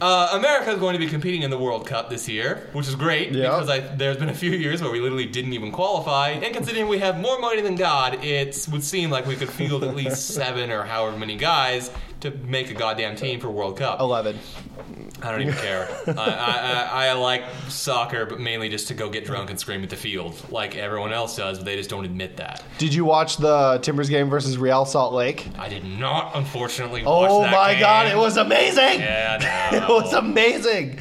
S1: uh, America is going to be competing in the World Cup this year, which is great
S3: Yeah.
S1: because I, there's been a few years where we literally didn't even qualify. And considering we have more money than God, it would seem like we could field at least seven or however many guys to make a goddamn team for World Cup.
S3: 11.
S1: I don't even care. I, I, I, I like soccer, but mainly just to go get drunk and scream at the field, like everyone else does. But they just don't admit that.
S3: Did you watch the Timbers game versus Real Salt Lake?
S1: I did not, unfortunately. watch
S3: Oh
S1: that
S3: my
S1: game.
S3: god, it was amazing!
S1: Yeah, I
S3: It
S1: know.
S3: was amazing!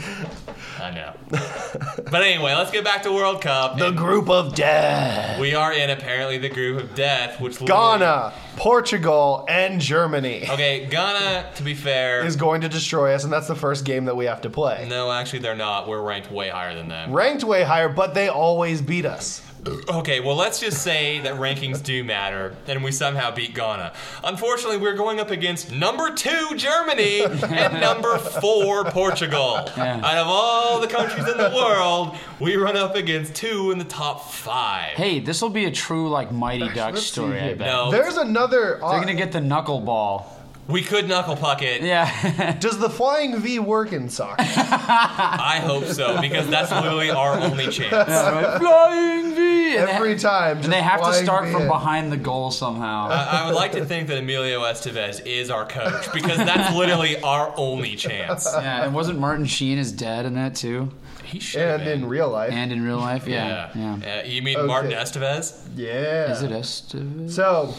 S1: I know. But anyway, let's get back to World Cup.
S3: The group of death.
S1: we are in apparently the group of death, which literally-
S3: Ghana, Portugal, and Germany
S1: Okay, Ghana. To be fair,
S3: is going to destroy us, and that's the first game that we have to play.
S1: no, actually they're not. We're ranked way higher than them.
S3: Ranked way higher, but they always beat us.
S1: Okay, well, let's just say that rankings do matter, and we somehow beat Ghana. Unfortunately, we're going up against number two Germany and number four Portugal. Out of all the countries in the world, we run up against two in the top five.
S2: Hey, this will be a true like Mighty Duck
S3: let's see
S2: story. I
S3: here.
S2: bet.
S1: No,
S3: There's another.
S2: Oh. They're gonna get the knuckleball.
S1: we could knuckle puck it.
S2: Yeah.
S3: does the flying V work in soccer?
S1: I hope so, because that's literally our only chance.
S2: Flying V. And they-
S3: Every time.
S2: And they
S3: just
S2: have to
S3: flying
S2: start
S3: V
S2: from
S3: in.
S2: behind the goal somehow.
S1: I I would like to think that Emilio Estevez is our coach, because that's literally our only chance.
S2: yeah. And wasn't Martin Sheen is dead in that too?
S1: He should have
S3: And
S1: been.
S3: in real life.
S2: And in real life, yeah.
S1: Yeah.
S2: Yeah.
S1: Uh, you mean Martin Estevez?
S3: yeah.
S2: Is it Estevez?
S3: So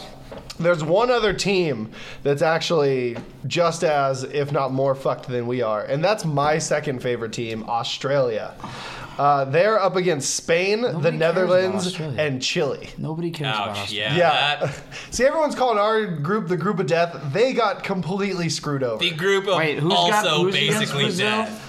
S3: there's one other team that's actually just as, if not more, fucked than we are, and that's my second favorite team, Australia. Uh, they're up against Spain, the
S2: cares
S3: Netherlands,
S2: about Australia.
S3: and Chile.
S2: Nobody cares about
S1: Ouch,
S2: us.
S1: yeah.
S3: Yeah.
S1: that-
S3: See, everyone's calling our group the group of death. They got completely screwed over.
S1: The group of
S2: Wait, who's got-
S1: also
S2: who's against
S1: basically
S2: Brazil?
S1: death.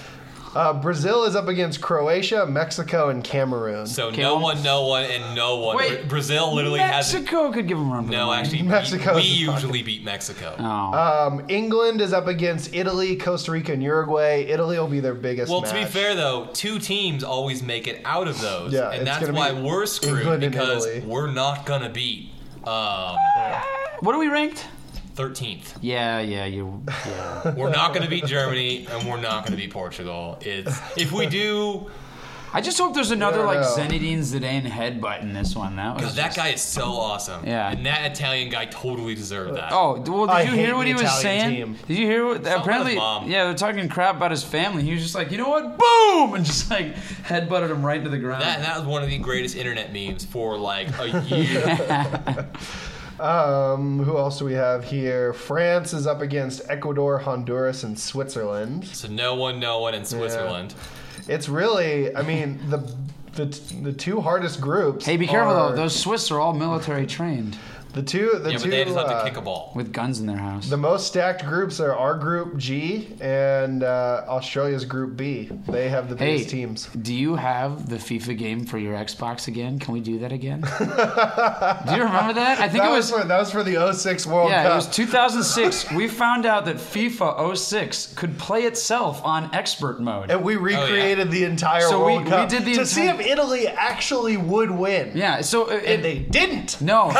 S3: Uh, Brazil is up against Croatia, Mexico, and Cameroon.
S1: So
S2: Okay,
S1: no
S2: well-
S1: one, no one, and no one.
S2: Wait,
S1: Bra- Brazil literally has
S2: Mexico could give them a run. for their
S1: no.
S2: money.
S1: Actually, we-
S3: Mexico's
S1: we,
S3: fucking-
S1: usually beat Mexico.
S2: Oh.
S3: Um, England is up against Italy, Costa Rica, and Uruguay. Italy will be their biggest.
S1: well, to be
S3: match.
S1: fair though, two teams always make it out of those,
S3: Yeah,
S1: and
S3: it's
S1: that's
S3: gonna be
S1: why we're screwed
S3: England and
S1: because
S3: Italy.
S1: we're not gonna beat um,
S2: what are we ranked?
S1: 13th.
S2: Yeah, yeah, you. Yeah.
S1: We're not gonna beat Germany, and we're not gonna beat Portugal. It's if we do.
S2: I just hope there's another
S3: Yeah, I
S2: like
S3: know.
S2: Zenedine Zidane headbutt in this one. That was
S1: God, that
S2: just-
S1: guy is so awesome.
S2: Yeah.
S1: And that Italian guy totally deserved that.
S2: Oh d- well, did
S3: I
S2: you
S3: hate
S2: hear what
S3: the
S2: he was
S3: Italian
S2: saying?
S3: team.
S2: Did you hear what?
S1: about his
S2: apparently,
S1: mom.
S2: yeah, they're talking crap about his family. He was just like, you know what? Boom, and just like headbutted him right into the ground.
S1: That, that was one of the greatest internet memes for like a year.
S3: Um, who else do we have here? France is up against Ecuador, Honduras, and Switzerland.
S1: so no one, no one in Switzerland.
S3: It's really, I mean, the the, the two hardest groups.
S2: hey, be careful
S3: are
S2: though. Those Swiss are all military trained
S3: the two the
S1: Yeah,
S3: two
S1: but they just have
S3: uh,
S1: to kick a ball.
S2: with guns in their house.
S3: the most stacked groups are our group G and uh, Australia's group B. They have the
S2: hey,
S3: biggest teams.
S2: do you have the FIFA game for your Xbox again? Can we do that again? do you remember that? I think
S3: That
S2: it
S3: was, for that was for the 06 World
S2: Yeah, it
S3: Cup.
S2: was 2006. we found out that FIFA 06 could play itself on expert mode.
S3: and
S1: Oh,
S3: we recreated the entire
S2: So we-
S3: World
S2: we
S3: Cup
S2: did the
S3: to see if
S2: entire-
S3: Italy actually would win,
S2: yeah, so it,
S3: and they didn't.
S2: no,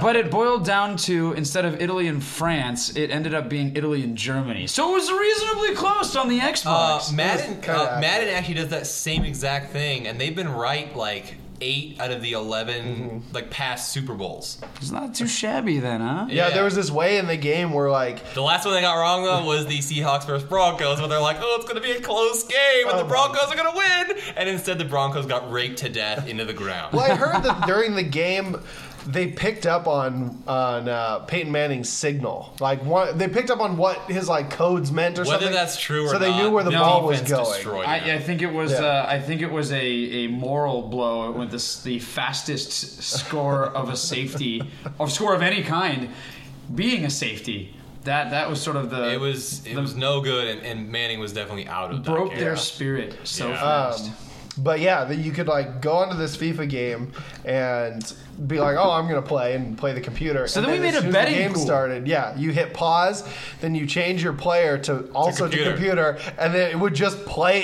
S2: but it boiled down to instead of Italy and France, it ended up being Italy and Germany. So it was reasonably close on the
S1: Uh,
S2: Xbox.
S1: Madden,
S3: kinda
S1: uh,
S3: accurate.
S1: Madden actually does that same exact thing, and they've been right like eight out of the 11
S3: Mm-hmm.
S1: like past Super Bowls.
S2: it's not too shabby then, huh?
S3: Yeah,
S1: Yeah.
S3: there was this way in the game where like
S1: The last one they got wrong though was the Seahawks versus Broncos, where they're like, "Oh, it's gonna be a close game, and
S3: Oh
S1: the
S3: my-
S1: Broncos are gonna win," and instead the Broncos got raked to death into the ground.
S3: Well, I heard that during the game, they picked up on on uh, Peyton Manning's signal. Like, what, they picked up on what his like codes meant or
S1: Whether
S3: something.
S1: that's true or
S3: so they
S1: not,
S3: knew where the
S1: no
S3: ball was
S1: defense
S3: going.
S1: destroyed
S2: I, I
S1: them.
S2: think it was.
S3: Yeah.
S2: Uh, I think it was a, a moral blow with this, the fastest score of a safety, of score of any kind, being a safety. That that was sort of the.
S1: it was it was no good, and, and Manning was definitely out of that
S2: broke
S1: game.
S2: their spirit so
S1: Yeah.
S2: fast.
S3: But yeah, that you could like go onto this FIFA game and be like, "Oh, I'm gonna play," and play the computer. So
S2: then we made a betting
S3: the game
S2: pool.
S3: started. Yeah, you hit pause, then you change your player to also to
S1: computer.
S3: computer, and then it would just play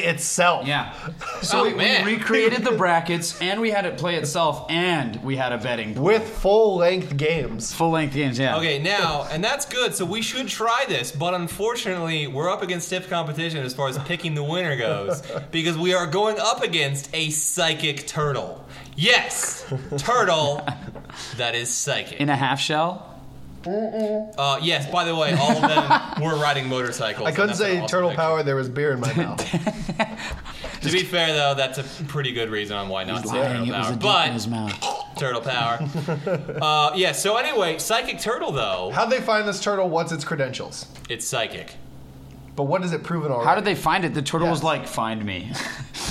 S3: itself.
S2: yeah. So
S1: Oh,
S2: we, we
S1: man.
S2: recreated the brackets, and we had it play itself, and we had a betting
S3: with full length games.
S2: full length games. Yeah.
S1: Okay, now, and that's good. So we should try this, but unfortunately, we're up against stiff competition as far as picking the winner goes, because we are going up against a psychic turtle. Yes, turtle that is psychic.
S2: In a half shell.
S1: Uh, yes. By the way, all of them were riding motorcycles.
S3: I
S1: and
S3: couldn't
S1: that's an
S3: say
S1: awesome
S3: turtle
S1: picture.
S3: power. There was beer in my mouth.
S1: To be fair, though, that's a pretty good reason on why not say turtle
S2: Dang, it was
S1: power.
S2: a dick in his
S1: But
S2: mouth.
S1: turtle power. uh, yeah. So anyway, psychic turtle though,
S3: How'd they find this turtle? What's its credentials?
S1: it's psychic.
S3: But what is it proven already?
S2: How did they find it? The turtle was
S3: Yes.
S2: like, "Find me."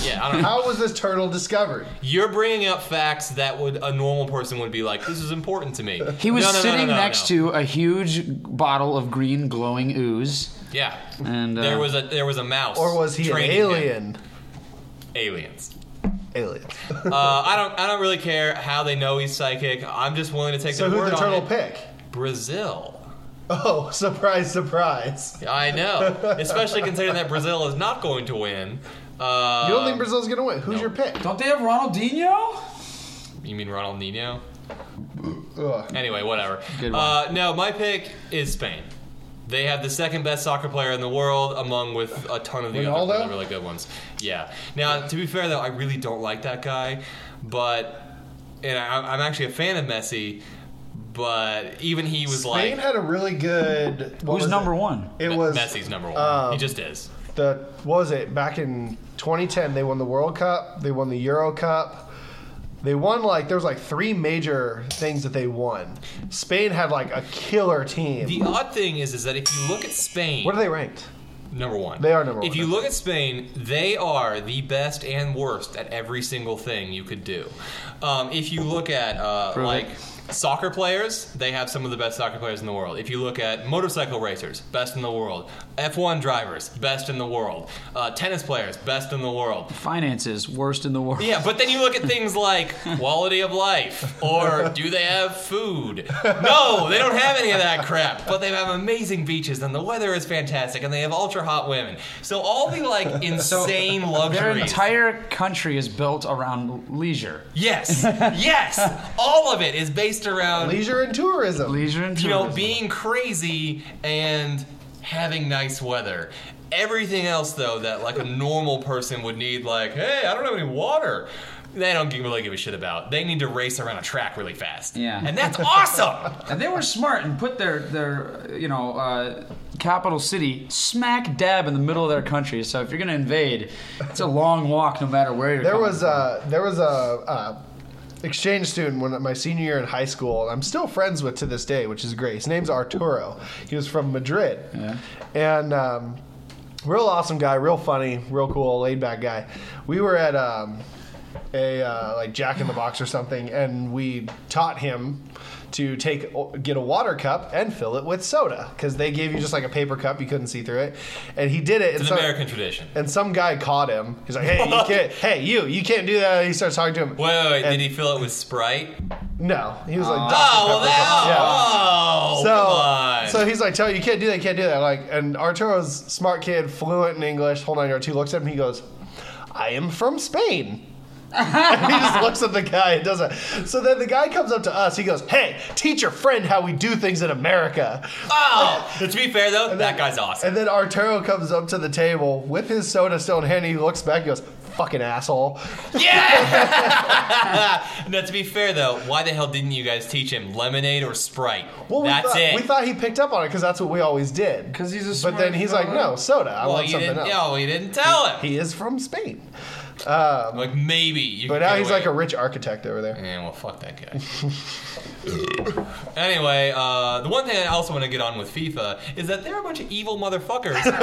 S1: Yeah. I don't know.
S3: How was this turtle discovered?
S1: You're bringing up facts that would a normal person would be like, "This is important to me."
S2: He was
S1: No, no, no,
S2: sitting
S1: no, no,
S2: next
S1: no.
S2: to a huge bottle of green glowing ooze,
S1: Yeah.
S2: and uh,
S1: There was a there was a mouse.
S3: Or was he an
S1: training him.
S3: alien?
S1: Aliens.
S3: Alien.
S1: Uh, I don't I don't really care how they know he's psychic. I'm just willing to take the
S3: so who
S1: word
S3: did the turtle
S1: on it.
S3: pick?
S1: Brazil.
S3: Oh, surprise, surprise.
S1: I know, especially considering that Brazil is not going to win. Uh,
S3: You don't think Brazil's gonna win? Who's
S1: no.
S3: your pick?
S2: Don't they have Ronaldinho?
S1: You mean Ronald Nino?
S3: Ugh.
S1: Anyway, whatever.
S2: Good one.
S1: Uh, no, my pick is Spain. They have the second best soccer player in the world, among with a ton of the other
S3: Ronaldo?
S1: really, really good ones. Yeah. Now, to be fair though, I really don't like that guy, but and I, I'm actually a fan of Messi, but even he was
S3: Spain
S1: like
S3: had a really good. What
S2: Who's
S3: was
S2: number
S3: it?
S2: one?
S3: It was
S1: Messi's number one.
S3: um,
S1: he just is.
S3: the what was it back in 2010? They won the World Cup. They won the Euro Cup. They won like there was like three major things that they won. Spain had like a killer team.
S1: The odd thing is, is that if you look at Spain,
S3: what are they ranked?
S1: Number one.
S3: They are number
S1: If
S3: one,
S1: you
S3: okay.
S1: look at Spain, they are the best and worst at every single thing you could do. Um, if you look at uh,
S2: it.
S1: like soccer players, they have some of the best soccer players in the world. If you look at motorcycle racers, best in the world. F1 drivers, best in the world. Uh, tennis players, best in the world.
S2: Finances, worst in the world.
S1: Yeah, but then you look at things like quality of life or do they have food? No, they don't have any of that crap. But they have amazing beaches and the weather is fantastic and they have ultra hot women. So all the like insane
S2: Their
S1: luxuries.
S2: entire country is built around leisure.
S1: yes, yes, all of it is based around
S3: Leisure and tourism.
S2: Leisure and
S1: you know
S2: tourism.
S1: being crazy and having nice weather Everything else, though, that like a normal person would need, like, hey, I don't have any water. They don't gi- really give a shit about. They need to race around a track really fast.
S2: Yeah.
S1: and that's awesome.
S2: And they were smart and put their their you know uh, capital city smack dab in the middle of their country. So if you're gonna invade, it's a long walk no matter where you're.
S3: There
S2: coming
S3: was a there was a, uh exchange student when my senior year in high school. And I'm still friends with to this day, which is great. His name's Arturo. He was from Madrid, and um, real awesome guy, real funny, real cool, laid back guy. We were at. Um, a uh, like Jack in the Box or something, and we taught him to take get a water cup and fill it with soda because they gave you just like a paper cup you couldn't see through it, and he did it. and
S1: It's
S3: so-
S1: an American tradition.
S3: and some guy caught him. He's like, "Hey, you can't! Hey, you! You can't do that!" He starts talking to him.
S1: Wait, wait, wait,
S3: And-
S1: did he fill it with Sprite?
S3: No, he was like,
S2: Oh.
S3: "Dr.
S1: Oh well,
S3: Pepper."
S1: that. Oh,
S3: Yeah. So,
S1: come on.
S3: so he's like, "Tell you, you can't do that. You can't do that." Like, and Arturo's smart kid, fluent in English. Hold on, Arturo looks at him. He goes, "I am from Spain." and he just looks at the guy and does it. So then the guy comes up to us. He goes, "Hey, teach your friend how we do things in America."
S1: oh, to be fair though, that
S3: then-
S1: guy's awesome.
S3: And then Arturo comes up to the table with his soda still in hand. He looks back. He goes, "Fucking asshole."
S1: Yeah. now, to be fair though, why the hell didn't you guys teach him lemonade or Sprite?
S3: Well, we
S1: That's
S3: thought,
S1: it.
S3: We thought he picked up on it because that's what we always did.
S2: 'Cause he's a
S3: But then
S2: smart
S3: he's like,
S2: fella.
S3: no, soda. I
S1: well,
S3: want
S1: you
S3: something
S1: didn't.
S3: else.
S1: No, you didn't tell him.
S3: He is from Spain,
S1: I'm like maybe. You
S3: but
S1: can
S3: now
S1: get
S3: he's
S1: away.
S3: like a rich architect over there.
S1: Yeah, well, fuck that guy. anyway, uh, the one thing I also want to get on with FIFA is that they're a bunch of evil motherfuckers, and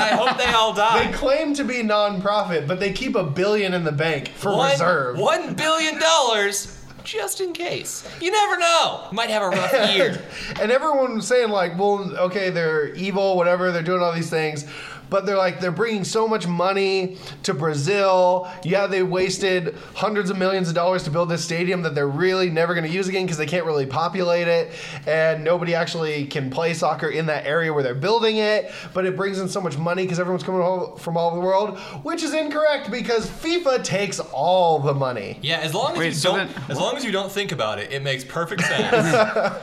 S1: I hope they all die.
S3: They claim to be non-profit, but they keep a billion in the bank for
S1: one,
S3: reserve.
S1: One billion dollars just in case. You never know. Might have a rough year.
S3: and everyone was saying like, well, okay, they're evil, whatever. They're doing all these things, but they're like they're bringing so much money to Brazil. Yeah, they wasted hundreds of millions of dollars to build this stadium that they're really never going to use again because they can't really populate it, and nobody actually can play soccer in that area where they're building it. But it brings in so much money because everyone's coming all- from all over the world, which is incorrect because FIFA takes all the money.
S1: Yeah, as long as
S2: Wait,
S1: you
S2: so
S1: don't,
S2: then-
S1: as long as you don't think about it, it makes perfect sense.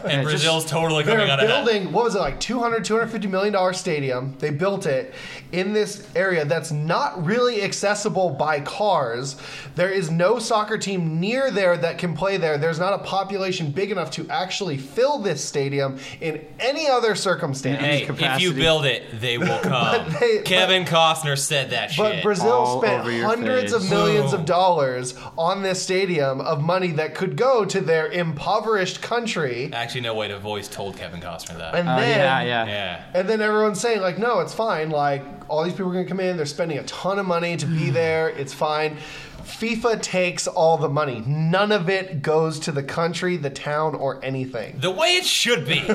S1: and Brazil's totally coming
S3: They're
S1: out of that.
S3: building, what was it, like 200, 250 million dollar stadium. They built it in this area that's not really accessible by cars. There is no soccer team near there that can play there. There's not a population big enough to actually fill this stadium in any other circumstance.
S2: Hey,
S1: If you
S2: capacity.
S1: build it, they will come.
S3: they-
S1: Kevin Costner said that shit.
S3: But Brazil
S2: All
S3: spent
S2: over your
S3: hundreds
S2: face.
S3: of millions
S1: Boom.
S3: of dollars on this stadium of money that could go to their impoverished country.
S1: Actually, no way. The voice told Kevin Costner that.
S3: And
S2: from. Uh,
S3: then
S2: yeah, yeah.
S1: Oh, yeah.
S3: And then everyone's saying like, no, it's fine. Like all these people are gonna come in. They're spending a ton of money to
S1: Mm.
S3: be there. It's fine. FIFA takes all the money. None of it goes to the country, the town, or anything.
S1: The way it should be. Wait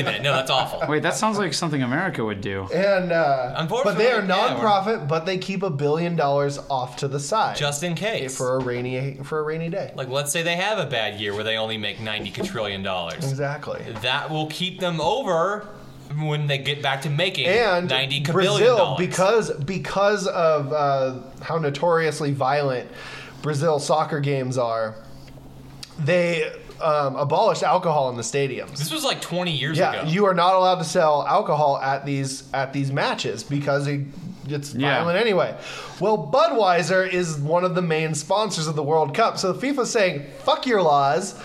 S1: a minute. No, that's awful.
S2: Wait, that sounds like something America would do.
S3: And uh, but
S1: Unfortunately,
S3: they are
S1: yeah, we're-
S3: nonprofit, but they keep a billion dollars off to the side
S1: Just in case.
S3: for a rainy for a rainy day.
S1: Like, let's say they have a bad year where they only make ninety quadrillion dollars.
S3: Exactly.
S1: That will keep them over when they get back to making
S3: and
S1: ninety billion
S3: Brazil
S1: dollars.
S3: because because of uh, how notoriously violent Brazil soccer games are. They um, abolished alcohol in the stadiums.
S1: this was like twenty years
S3: Yeah,
S1: ago.
S3: you are not allowed to sell alcohol at these at these matches because it, it's
S2: Yeah.
S3: violent anyway. Well, Budweiser is one of the main sponsors of the World Cup, so FIFA's saying, "Fuck your laws."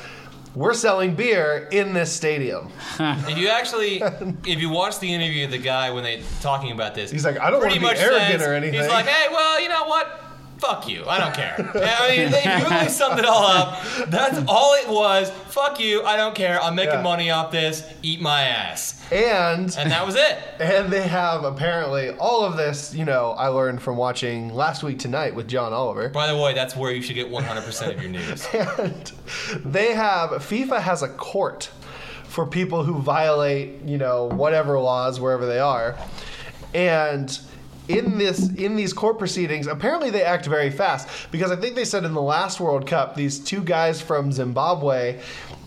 S3: We're selling beer in this stadium.
S1: And you actually, if you watch the interview of the guy when they talking about this,
S3: He's like, "I don't
S1: pretty
S3: wanna be
S1: much
S3: arrogant
S1: says-
S3: or anything."
S1: He's like, hey, well, you know what? Fuck you. I don't care. I mean, they you really summed it all up. That's all it was. Fuck you. I don't care. I'm making
S3: Yeah.
S1: money off this. Eat my ass.
S3: And
S1: And that was it.
S3: And they have apparently all of this, you know, I learned from watching last week tonight with John Oliver.
S1: By the way, that's where you should get 100% of your news.
S3: And they have FIFA has a court for people who violate, you know, whatever laws wherever they are. And in this in these court proceedings, apparently they act very fast because I think they said in the last World Cup these two guys from Zimbabwe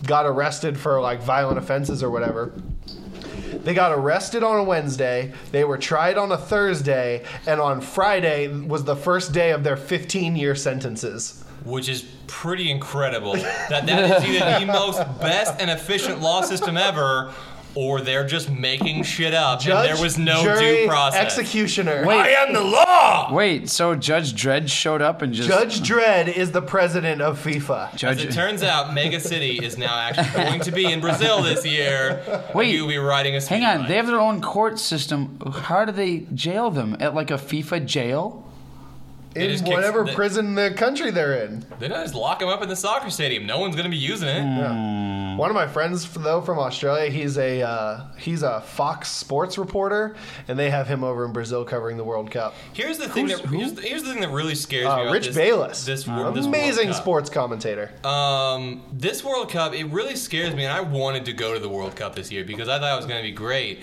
S3: got arrested for like violent offenses or whatever. They got arrested on a Wednesday. They were tried on a Thursday, and on Friday was the first day of their 15-year sentences.
S1: which is pretty incredible. That that is either the most best and efficient law system ever, or they're just making shit up
S3: Judge,
S1: and there was no
S3: jury,
S1: due process.
S3: Executioner.
S2: Wait.
S1: I am the law.
S2: Wait, so Judge Dredd showed up and just
S3: Judge Dredd is the president of FIFA.
S1: As it
S2: Judge
S1: turns out, Mega City is now actually going to be in Brazil this year.
S2: Wait.
S1: you'll be riding a.
S2: Hang on,
S1: speedbike.
S2: they have their own court system. How do they jail them? At like a FIFA jail?
S3: In
S1: just kicks
S3: whatever
S1: the-
S3: prison the country they're in.
S1: They don't just lock him up in the soccer stadium. No one's gonna be using it.
S2: Hmm.
S1: Hmm.
S3: One of my friends, though, from Australia, he's a uh, he's a Fox Sports reporter, and they have him over in Brazil covering the World Cup.
S1: Here's the thing
S2: Who's-
S1: that
S2: who?
S1: here's the, here's the thing that really scares me.
S3: Uh,
S1: About
S3: Rich
S1: this,
S3: Bayless,
S1: this, wor- this World
S3: amazing
S1: Cup.
S3: sports commentator.
S1: Um, this World Cup, it really scares me, and I wanted to go to the World Cup this year because I thought it was going to be great.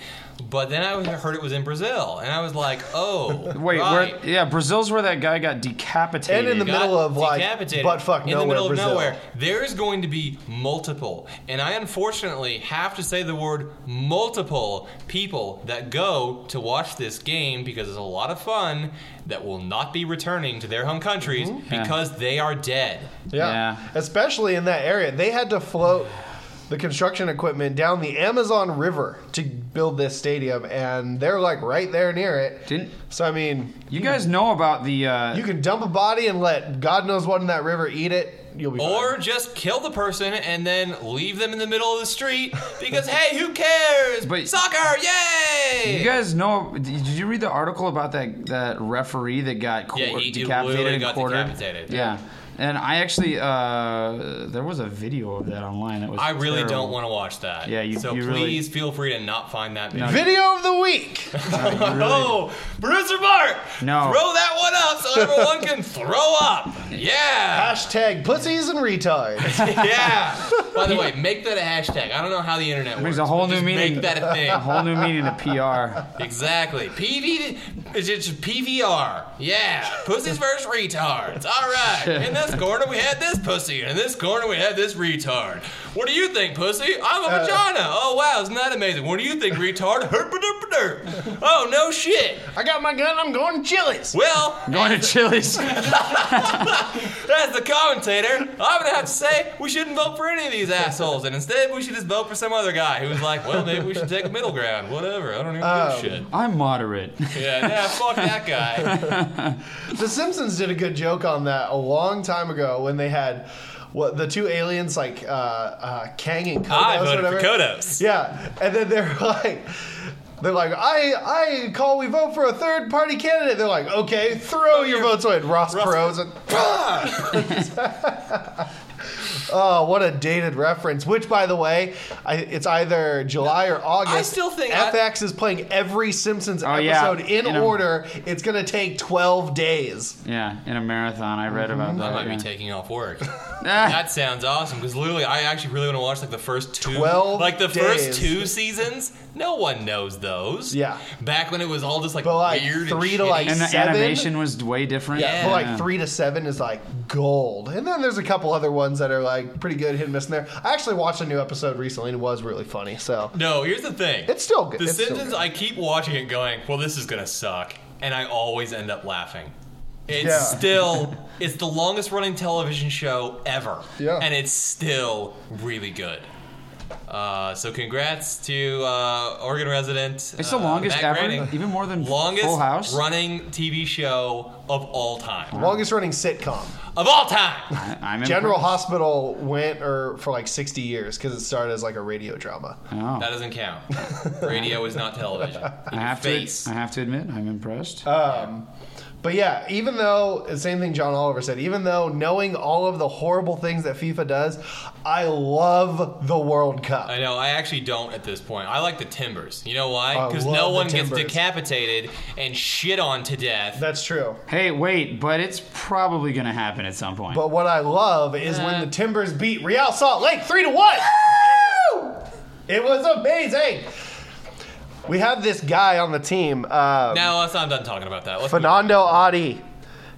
S1: But then I heard it was in Brazil, and I was like, oh,
S2: Wait,
S1: right.
S2: where, yeah, Brazil's where that guy got decapitated.
S3: And in the
S1: got
S3: middle of, like,
S1: decapitated
S3: butt-fuck
S1: in the
S3: nowhere,
S1: middle of
S3: Brazil.
S1: nowhere. There is going to be multiple, and I unfortunately have to say the word multiple people that go to watch this game because it's a lot of fun that will not be returning to their home countries
S3: Mm-hmm.
S1: because they are dead.
S3: Yeah.
S2: Yeah.
S3: Especially in that area. They had to float the construction equipment down the Amazon River to build this stadium, and they're like right there near it.
S2: Didn't
S3: So, I mean,
S2: you guys know about the? Uh,
S3: you can dump a body and let God knows what in that river eat it. You'll be
S1: Or
S3: fine.
S1: just kill the person and then leave them in the middle of the street because hey, who cares?
S2: But-
S1: Soccer, yay!
S2: you guys know? Did you read the article about that that referee that got
S1: Yeah,
S2: quar-
S1: he- he
S2: decapitated
S1: literally
S2: and
S1: got
S2: quartered?
S1: decapitated.
S2: Yeah. And I actually, uh, there was a video of that online. That was
S1: I really
S2: terrible.
S1: don't want to watch that.
S2: Yeah, you-
S1: so
S2: you really-
S1: please feel free to not find that. Video.
S3: Video of the week.
S1: Oh, producer Bart!
S2: No.
S1: throw that one up so everyone can throw up. Yeah,
S3: Hashtag pussies and retards.
S1: yeah. By the way, make that a hashtag. I don't know how the internet works.
S2: Brings a whole
S1: but
S2: new
S1: just
S2: meaning.
S1: Make that a
S2: A
S1: thing.
S2: whole new meaning to PR.
S1: exactly. PV. It's just PVR. Yeah. Pussies versus retards. All right. In this corner we had this pussy, and in this corner we had this retard. What do you think, pussy? I'm a
S2: Uh.
S1: vagina. Oh wow, isn't that amazing? What do you think, retard? Oh no shit.
S3: I got my gun. I'm going to Chili's.
S1: Well,
S2: Going to Chili's.
S1: As the commentator, I'm gonna have to say we shouldn't vote for any of these assholes, and instead we should just vote for some other guy who's like, well, maybe we should take a middle ground, whatever. I don't even
S3: Um,
S1: give a
S2: I'm moderate.
S1: shit. Yeah, yeah, fuck that guy.
S3: The Simpsons did a good joke on that a long time ago when they had what the two aliens like uh, uh, Kang and Kodos.
S1: I
S3: or
S1: voted for
S3: whatever.
S1: Kodos.
S3: Yeah, and then they're like, they're like, I, I call we vote for a third party candidate. They're like, okay, throw your votes away. Ross,
S1: Ross-
S3: Perot's and oh, what a dated reference. Which, by the way, I, it's either July or August.
S1: still think I-
S3: FX is playing every Simpsons
S2: Oh, yeah.
S3: episode in,
S2: In a-
S3: order. It's gonna take twelve days.
S2: Yeah, in a marathon, I read about that.
S1: I Mm-hmm. might be
S2: yeah.
S1: taking off work.
S2: Ah.
S1: That sounds awesome because literally, I actually really want to watch like the first two,
S3: 12
S1: like the
S3: days.
S1: first two seasons. No one knows those.
S3: Yeah.
S1: back when it was all just like,
S3: But, like,
S1: weird
S3: three
S1: and
S3: to,
S1: shitty.
S3: like,
S2: and the
S3: Seven?
S2: animation was way different.
S1: Yeah.
S3: But like three to seven is like gold. And then there's a couple other ones that are like pretty good hit and miss in there. I actually watched a new episode recently and it was really funny. So
S1: No, here's the thing.
S3: It's still good.
S1: The
S3: It's still
S1: Simpsons.
S3: good.
S1: I keep watching it, going, "Well, this is gonna suck," and I always end up laughing. It's
S3: Yeah.
S1: still it's the longest running television show ever,
S3: Yeah.
S1: and it's still really good. Uh, so congrats to uh, Oregon resident.
S2: It's the
S1: uh,
S2: longest
S1: Matt
S2: ever,
S1: Groening.
S2: even more than
S1: longest
S2: Full House.
S1: running TV show of all time.
S3: longest running sitcom.
S1: Of all time.
S2: I'm impressed.
S3: General Hospital went or for like 60 years because it started as like a radio drama.
S2: Oh.
S1: That doesn't count. Radio is not television.
S2: I have
S1: Face.
S2: to. I have to admit, I'm impressed.
S3: But yeah, even though same thing John Oliver said, even though knowing all of the horrible things that FIFA does, I love the World Cup.
S1: I know. I actually don't at this point. I like the Timbers. You know why?
S3: I
S1: Because
S3: love
S1: no
S3: the
S1: one gets
S3: Timbers.
S1: decapitated and shit on to death.
S3: That's true.
S2: hey, wait, but it's probably gonna happen at some point.
S3: But what I love is when
S1: Uh-huh.
S3: the Timbers beat Real Salt Lake three to one. It was amazing. We have this guy on the team, uh,
S1: now let's not. I'm done talking about that. Let's move on.
S3: Fernando Adi.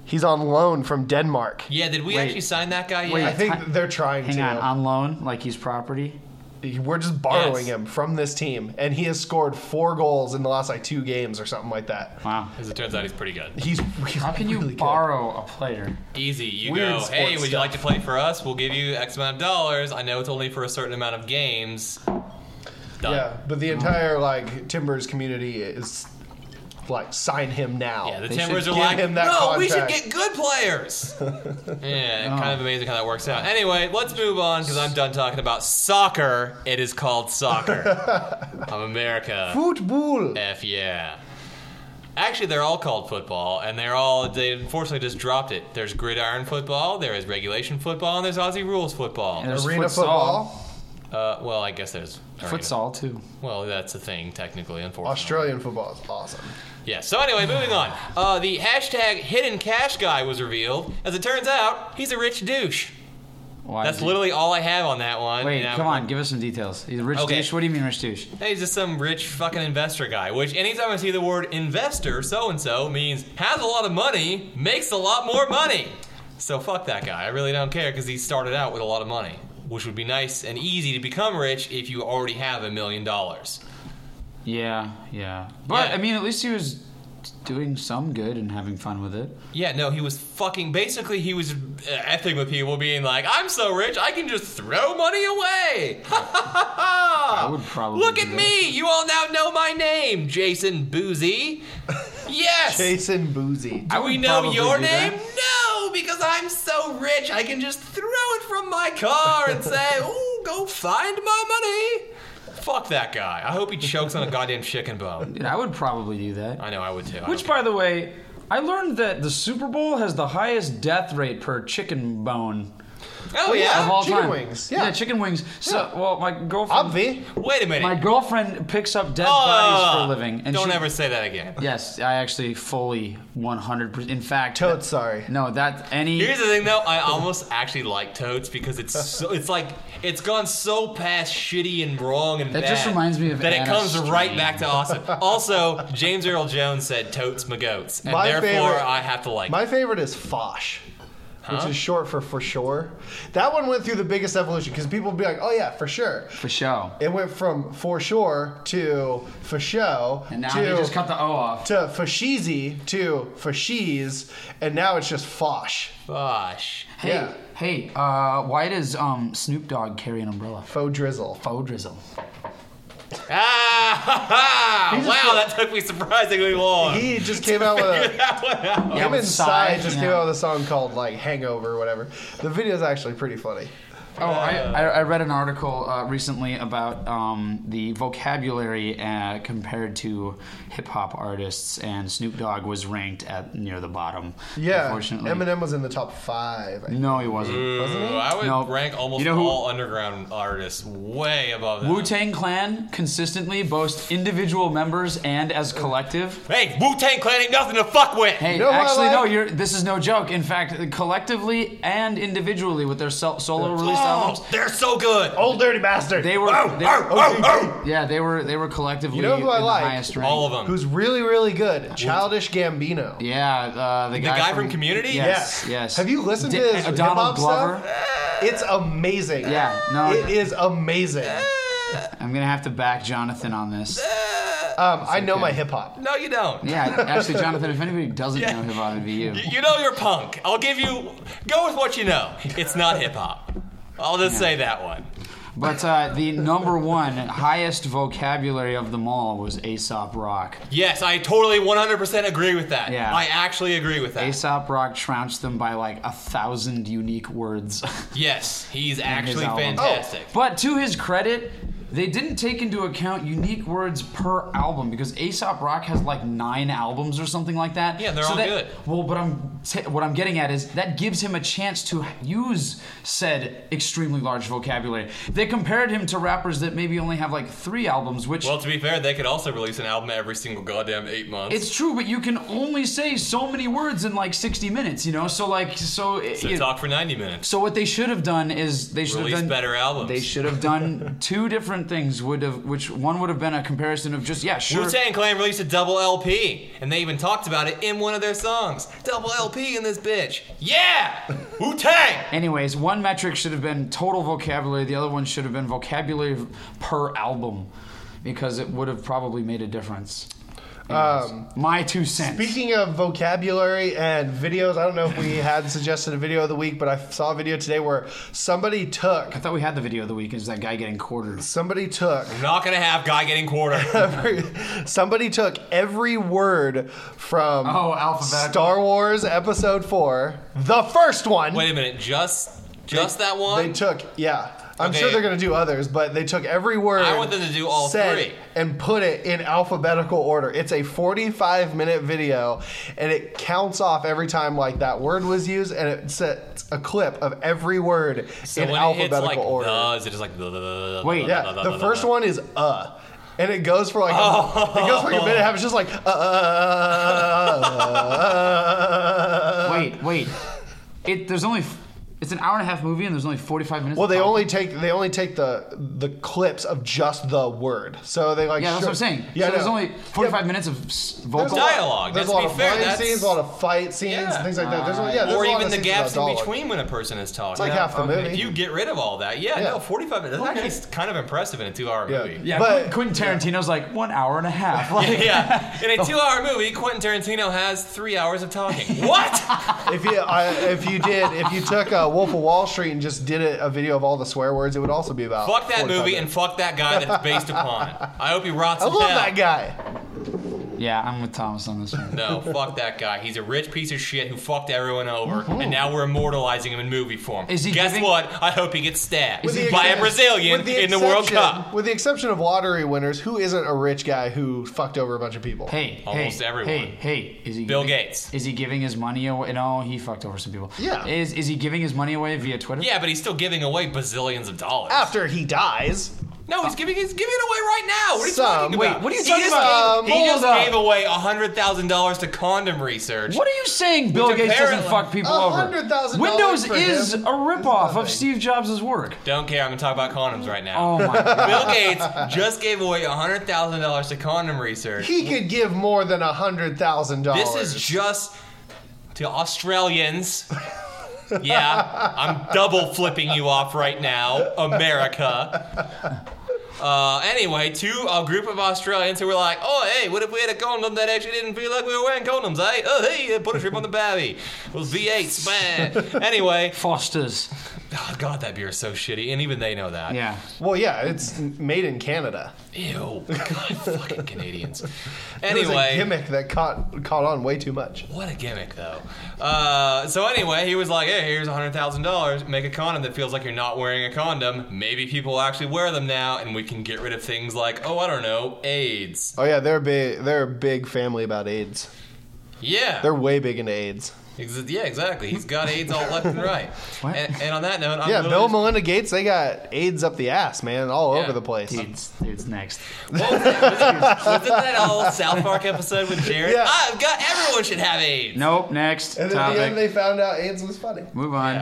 S3: He's on loan from Denmark.
S1: Yeah, did we
S2: Wait.
S1: actually sign that guy yet?
S2: Wait.
S3: I think that they're trying
S2: Hang
S3: to.
S2: on, on loan, like he's property.
S3: We're just borrowing
S1: Yes.
S3: him from this team, and he has scored four goals in the last like two games or something like that.
S2: Wow.
S1: As it turns out, he's pretty good.
S3: He's, he's
S2: How can you
S3: really good.
S2: borrow a player?
S1: Easy. You
S3: Weird
S1: go. Hey, would
S3: sports
S1: you
S3: stuff.
S1: like to play for us? We'll give you X amount of dollars. I know it's only for a certain amount of games. Done.
S3: Yeah, but the entire like Timbers community is like sign him now.
S1: Yeah, the
S3: Oh, They
S1: Timbers
S3: should
S1: are
S3: give
S1: like,
S3: him that
S1: no, we should
S3: contract."
S1: get good players. yeah,
S2: Oh.
S1: kind of amazing how that works out. Anyway, let's move on because I'm done talking about soccer. It is called soccer. I'm America.
S3: football.
S1: F yeah. Actually, they're all called football, and they're all they unfortunately just dropped it. There's gridiron football, there is regulation football, and there's Aussie rules football.
S2: There's
S3: Arena
S2: futsal.
S3: football,
S1: Uh, well, I guess there's arena-
S2: Futsal too.
S1: Well, that's a thing technically, unfortunately.
S3: Australian football is awesome.
S1: Yeah. So anyway, moving on. Uh, the hashtag hidden cash guy was revealed. As it turns out, he's a rich douche.
S2: Why
S1: That's
S2: is he-
S1: literally all I have on that one.
S2: Wait,
S1: And I'm-
S2: come on, give us some details. He's a rich
S1: Okay.
S2: douche. What do you mean, rich douche?
S1: Hey, He's just some rich fucking investor guy. Which anytime I see the word investor, so and so means has a lot of money, makes a lot more money. So fuck that guy. I really don't care because he started out with a lot of money, which would be nice and easy to become rich if you already have a million dollars.
S2: Yeah, yeah. But
S1: Yeah.
S2: I mean, at least he was doing some good and having fun with it.
S1: Yeah, no, he was fucking. Basically, he was uh, effing with people, being like, "I'm so rich, I can just throw money away." I
S2: would probably
S1: Ah, look
S2: do
S1: at
S2: that.
S1: me. You all now know my name, Jason Boozy. Yes.
S3: Jason Boozy.
S2: I
S1: Do we
S2: would
S1: know
S2: probably
S1: your
S2: do that.
S1: name? No, because I'm so rich, I can just throw it from my car and say, "Ooh, go find my money." Fuck that guy. I hope he chokes on a goddamn chicken bone.
S2: Dude, I would probably do that.
S1: I know I would too. I
S2: Which,
S1: don't
S2: by the way, I learned that the Super Bowl has the highest death rate per chicken bone
S1: care. Oh
S2: of
S1: yeah.
S2: all
S3: chicken
S2: time.
S3: wings, yeah.
S2: chicken wings. So,
S3: Yeah.
S2: well, my girlfriend,
S3: Obvi.
S1: Wait a minute.
S2: my girlfriend picks up dead bodies for
S1: Oh,
S2: a living, and
S1: don't
S2: she,
S1: ever say that again.
S2: Yes, I actually fully 100%. In fact,
S3: Toad, sorry.
S2: no, that any.
S1: Here's the thing, though. I almost actually like toads because it's so, it's like it's gone so past shitty and wrong and
S2: That
S1: bad
S2: just reminds me of
S1: that it
S2: Anna
S1: comes
S2: Strain.
S1: right back to awesome. Also, James Earl Jones said totes magotes, and
S3: My
S1: therefore
S3: favorite-
S1: I have to like. it.
S3: My favorite is Fosh, which is short for for sure. That one went through the biggest evolution because people would be like, oh yeah, for sure.
S2: For show.
S3: It went from for sure to for show
S2: And now
S3: to
S2: they just cut the O off.
S3: to fashizy to fashies, and now it's just Fosh.
S1: Gosh.
S2: Hey,
S3: Yeah.
S2: hey, uh, why does um, Snoop Dogg carry an umbrella?
S3: Faux drizzle.
S2: Faux drizzle.
S1: Ah! Ha, ha.
S3: He's just
S1: Wow,
S3: like-
S1: that took me surprisingly long.
S3: He just came out with a
S1: That one out.
S2: Yeah,
S3: him
S2: with
S3: inside
S2: Psy,
S3: just
S2: yeah.
S3: came out with a song called like Hangover or whatever. The video's actually pretty funny.
S2: Oh, I, I, I read an article uh, recently about um, the vocabulary uh, compared to hip hop artists, and Snoop Dogg was ranked at near the bottom.
S3: Yeah,
S2: unfortunately.
S3: Eminem Mm. was in the top five. I think.
S2: No, he wasn't.
S1: Ooh, I would
S2: No.
S1: rank almost
S2: You know who-
S1: all underground artists way above that.
S2: Wu Tang Clan consistently both individual members and as collective.
S1: hey, Wu Tang Clan ain't nothing to fuck with.
S2: Hey,
S3: know who I
S2: actually, no.
S3: like?
S2: You're, this is no joke. In fact, collectively and individually with their sol- solo release albums,
S1: Oh, they're so good.
S3: Old dirty bastard.
S2: they were.
S1: Oh,
S2: they-
S1: oh, oh, oh.
S2: Yeah, they were. They were collectively
S3: You know who I
S2: in
S3: like?
S2: the highest rank.
S1: All of them.
S3: Who's really really good? Childish Gambino.
S2: Yeah, uh, the, guy
S1: guy from Community?
S2: Yes,
S3: Yes.
S2: yes.
S3: Have you listened to
S2: Di-
S3: his
S2: uh, Donald
S3: hip-hop
S2: Glover?
S3: It's amazing.
S2: Yeah, no.
S3: It is amazing.
S2: I'm gonna have to back Jonathan on this.
S3: Um, I know my hip hop.
S1: no, you don't.
S2: Yeah, actually, Jonathan, if anybody doesn't know hip hop, it'd be you.
S1: You, you know you're punk. I'll give you. Go with what you know. It's not hip hop. I'll just say that one.
S2: But uh, the number one highest vocabulary of them all was Aesop Rock.
S1: Yes, I totally 100% agree with that.
S2: Yeah.
S1: I actually agree with that.
S2: Aesop Rock trounced them by like a thousand unique words.
S1: Yes, he's actually
S2: album. Oh.
S1: fantastic.
S2: but to his credit, they didn't take into account unique words per album because Aesop Rock has like nine albums or something like that.
S1: Yeah, they're
S2: so
S1: all
S2: that-
S1: good.
S2: Well, but I'm t- what I'm getting at is that gives him a chance to use said extremely large vocabulary. They compared him to rappers that maybe only have like three albums, which
S1: Well, to be fair, they could also release an album every single goddamn eight months.
S2: It's true, but you can only say so many words in like 60 minutes, you know. So like, so it-
S1: so
S2: it-
S1: talk for 90 minutes.
S2: so what they should have done is they should
S1: Release
S2: have done
S1: better albums.
S2: They should have done two different things. Would have which one would have been a comparison of just yeah sure.
S1: Wu Tang Clan released a double LP, and they even talked about it in one of their songs. Double LP in this bitch. Yeah! Wu Tang!
S2: Anyways, one metric should have been total vocabulary. The other one should have been vocabulary per album, because it would have probably made a difference.
S3: Um,
S2: My two cents.
S3: Speaking of vocabulary and videos, I don't know if we had suggested a video of the week, but I saw a video today where somebody took
S2: I thought we had the video of the week. Is that guy getting quartered?
S3: somebody took
S1: Not gonna have guy getting quarter.
S3: somebody took every word from
S2: Oh, alphabetical.
S3: Star Wars Episode Four, the first one.
S1: Wait a minute, just just that
S3: They
S1: one?
S3: took yeah. I'm
S1: Okay.
S3: sure they're gonna do others, but they took every word.
S1: I want them to do all
S3: said
S1: three.
S3: and put it in alphabetical order. It's a 45 minute video, and it counts off every time like that word was used, and it sets a clip of every word
S1: so
S3: in
S1: when
S3: alphabetical
S1: it hits like
S3: order.
S1: the, is it just like the, the, the, the,
S2: Wait.
S1: the,
S3: Yeah,
S1: the,
S3: the first one is uh. And it goes for like a, it goes for like a minute. and a half. It's just like uh, uh, uh,
S2: Wait, wait. It there's only f- it's an hour and a half movie and there's only 45 minutes.
S3: Well,
S2: of
S3: they
S2: talking.
S3: only take they only take the the clips of just the word. So they like
S2: yeah, that's
S3: show-
S2: what I'm saying.
S3: Yeah,
S2: so there's
S3: no.
S2: only 45 minutes of s-
S3: There's a
S2: vocal.
S3: lot-
S1: Dialogue.
S3: There's a
S1: Let's
S3: lot
S1: be
S3: of
S1: fair,
S3: fight
S1: that's-
S3: scenes, a lot of fight scenes,
S1: Yeah.
S3: and things like that. There's, a- yeah, there's
S1: or
S3: a lot
S1: even
S3: of
S1: the
S3: scenes
S1: gaps
S3: about
S1: in
S3: dialogue.
S1: between when a person is talking.
S3: It's like half the
S2: okay.
S3: movie.
S1: if you get rid of all that, yeah,
S3: Yeah.
S1: no, 45 minutes. That's actually kind of impressive in a two-hour
S3: Yeah.
S1: movie.
S2: Yeah,
S3: But-
S2: but, Quentin Tarantino's like one hour and a half. Like,
S1: yeah. In a two-hour movie, Quentin Tarantino has three hours of talking. What?
S3: if you I, if you did if you took uh, Wolf of Wall Street and just did a, a video of all the swear words, it would also be about
S1: fuck that
S3: 45
S1: movie and
S3: minutes.
S1: fuck that guy that's based upon it. I hope he rots.
S3: I
S1: in
S3: love
S1: hell.
S3: that guy.
S2: yeah, I'm with Thomas on this one.
S1: No, fuck that guy. He's a rich piece of shit who fucked everyone over, and now we're immortalizing him in movie form.
S2: Uh-huh. Is he
S1: Guess
S2: giving-
S1: what? I hope he gets stabbed
S3: With the
S1: by a
S3: exception-
S1: Brazilian
S3: with the
S1: in the World
S3: exception-
S1: Cup.
S3: With the exception of lottery winners, who isn't a rich guy who fucked over a bunch of people?
S2: Hey,
S1: Almost
S2: hey,
S1: everyone.
S2: Hey, hey, is he
S1: Bill
S2: giving,
S1: Gates.
S2: Is he giving his money away? No, he fucked over some people.
S3: Yeah.
S2: Is is he giving his money away via Twitter?
S1: Yeah, but he's still giving away bazillions of dollars.
S2: Ah,
S3: After he dies,
S1: No, he's giving he's giving it away right now. What are you
S3: Some-
S1: talking about?
S2: wait, what are you
S1: he
S2: talking Um,
S1: just
S3: about?
S1: Gave, he
S2: Hold
S1: just
S2: up.
S1: gave away hundred thousand dollars to condom research.
S2: What are you saying? Bill
S1: Which
S2: Gates doesn't
S1: apparently-
S2: fuck people
S3: A
S2: over.
S3: hundred thousand dollars
S2: Windows
S3: for
S2: is
S3: him
S2: a ripoff of
S3: nothing.
S2: Steve Jobs' work.
S1: Don't care. I'm gonna talk about condoms right now.
S2: Oh my god.
S1: Bill Gates just gave away hundred thousand dollars to condom research.
S3: he could give more than a hundred thousand dollars.
S1: This is just to Australians. Yeah, I'm double flipping you off right now, America. Uh, anyway, to a group of Australians who were like, oh, hey, what if we had a condom that actually didn't feel like we were wearing condoms, eh? Oh, hey, put a strip on the baby. It was V8, man. anyway,
S2: Fosters.
S1: oh, God, that beer is so shitty, and even they know that.
S2: Yeah.
S3: well, yeah, it's made in Canada.
S1: Ew, God, fucking Canadians.
S3: It was a
S1: Anyway,
S3: gimmick that caught caught on way too much.
S1: What a gimmick, though. Uh, so anyway, he was like, "Hey, here's hundred thousand dollars. Make a condom that feels like you're not wearing a condom. Maybe people actually wear them now, and we can get rid of things like, oh, I don't know, AIDS.
S3: Oh yeah, they're a big they're a big family about AIDS.
S1: Yeah,
S3: They're way big into AIDS.
S1: Ex- yeah, exactly. He's got AIDS all left and right.
S2: What?
S1: And, and on that note, I'm
S3: Yeah,
S1: really
S3: Bill and
S1: just-
S3: Melinda Gates, they got AIDS up the ass, man, all
S1: Yeah.
S3: over the place.
S2: Dude's, dude's next.
S1: What was that? Was it- Wasn't that old South Park episode with Jared?
S3: Yeah.
S1: I've got everyone should have AIDS.
S2: Nope, next
S3: And at
S2: topic.
S3: the end, they found out AIDS was funny.
S2: Move on.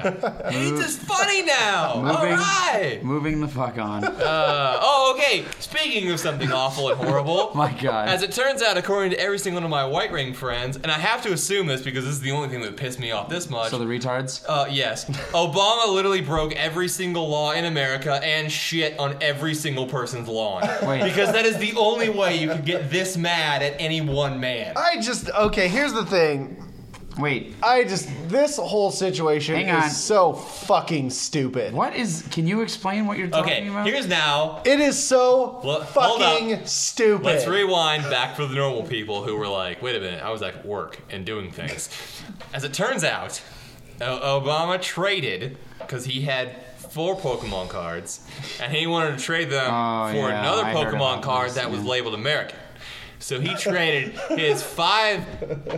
S1: AIDS
S2: Move-
S1: is funny now. All
S2: moving,
S1: right.
S2: moving the fuck on.
S1: Uh, oh, okay. Speaking of something awful and horrible,
S2: My God.
S1: As it turns out, according to every single one of my White Ring friends, and I have to assume this because this is the only thing that pissed me off this much.
S2: so the retards.
S1: uh, yes, Obama literally broke every single law in America and shit on every single person's lawn.
S2: Wait.
S1: Because that is the only way you could get this mad at any one man.
S3: I just okay. Here's the thing.
S2: Wait,
S3: I just this whole situation
S2: Hang on.
S3: is so fucking stupid.
S2: what is? Can you explain what you're talking
S1: Okay,
S2: about?
S1: here's now.
S3: It is so
S1: Look, hold up.
S3: fucking stupid.
S1: Let's rewind back for the normal people who were like, wait a minute, I was at work and doing things. As it turns out, o- Obama traded because he had four Pokemon cards and he wanted to trade them
S2: Oh,
S1: for
S2: yeah,
S1: another
S2: I heard
S1: Pokemon
S2: about
S1: card
S2: this,
S1: that was
S2: yeah.
S1: labeled American. So he traded his five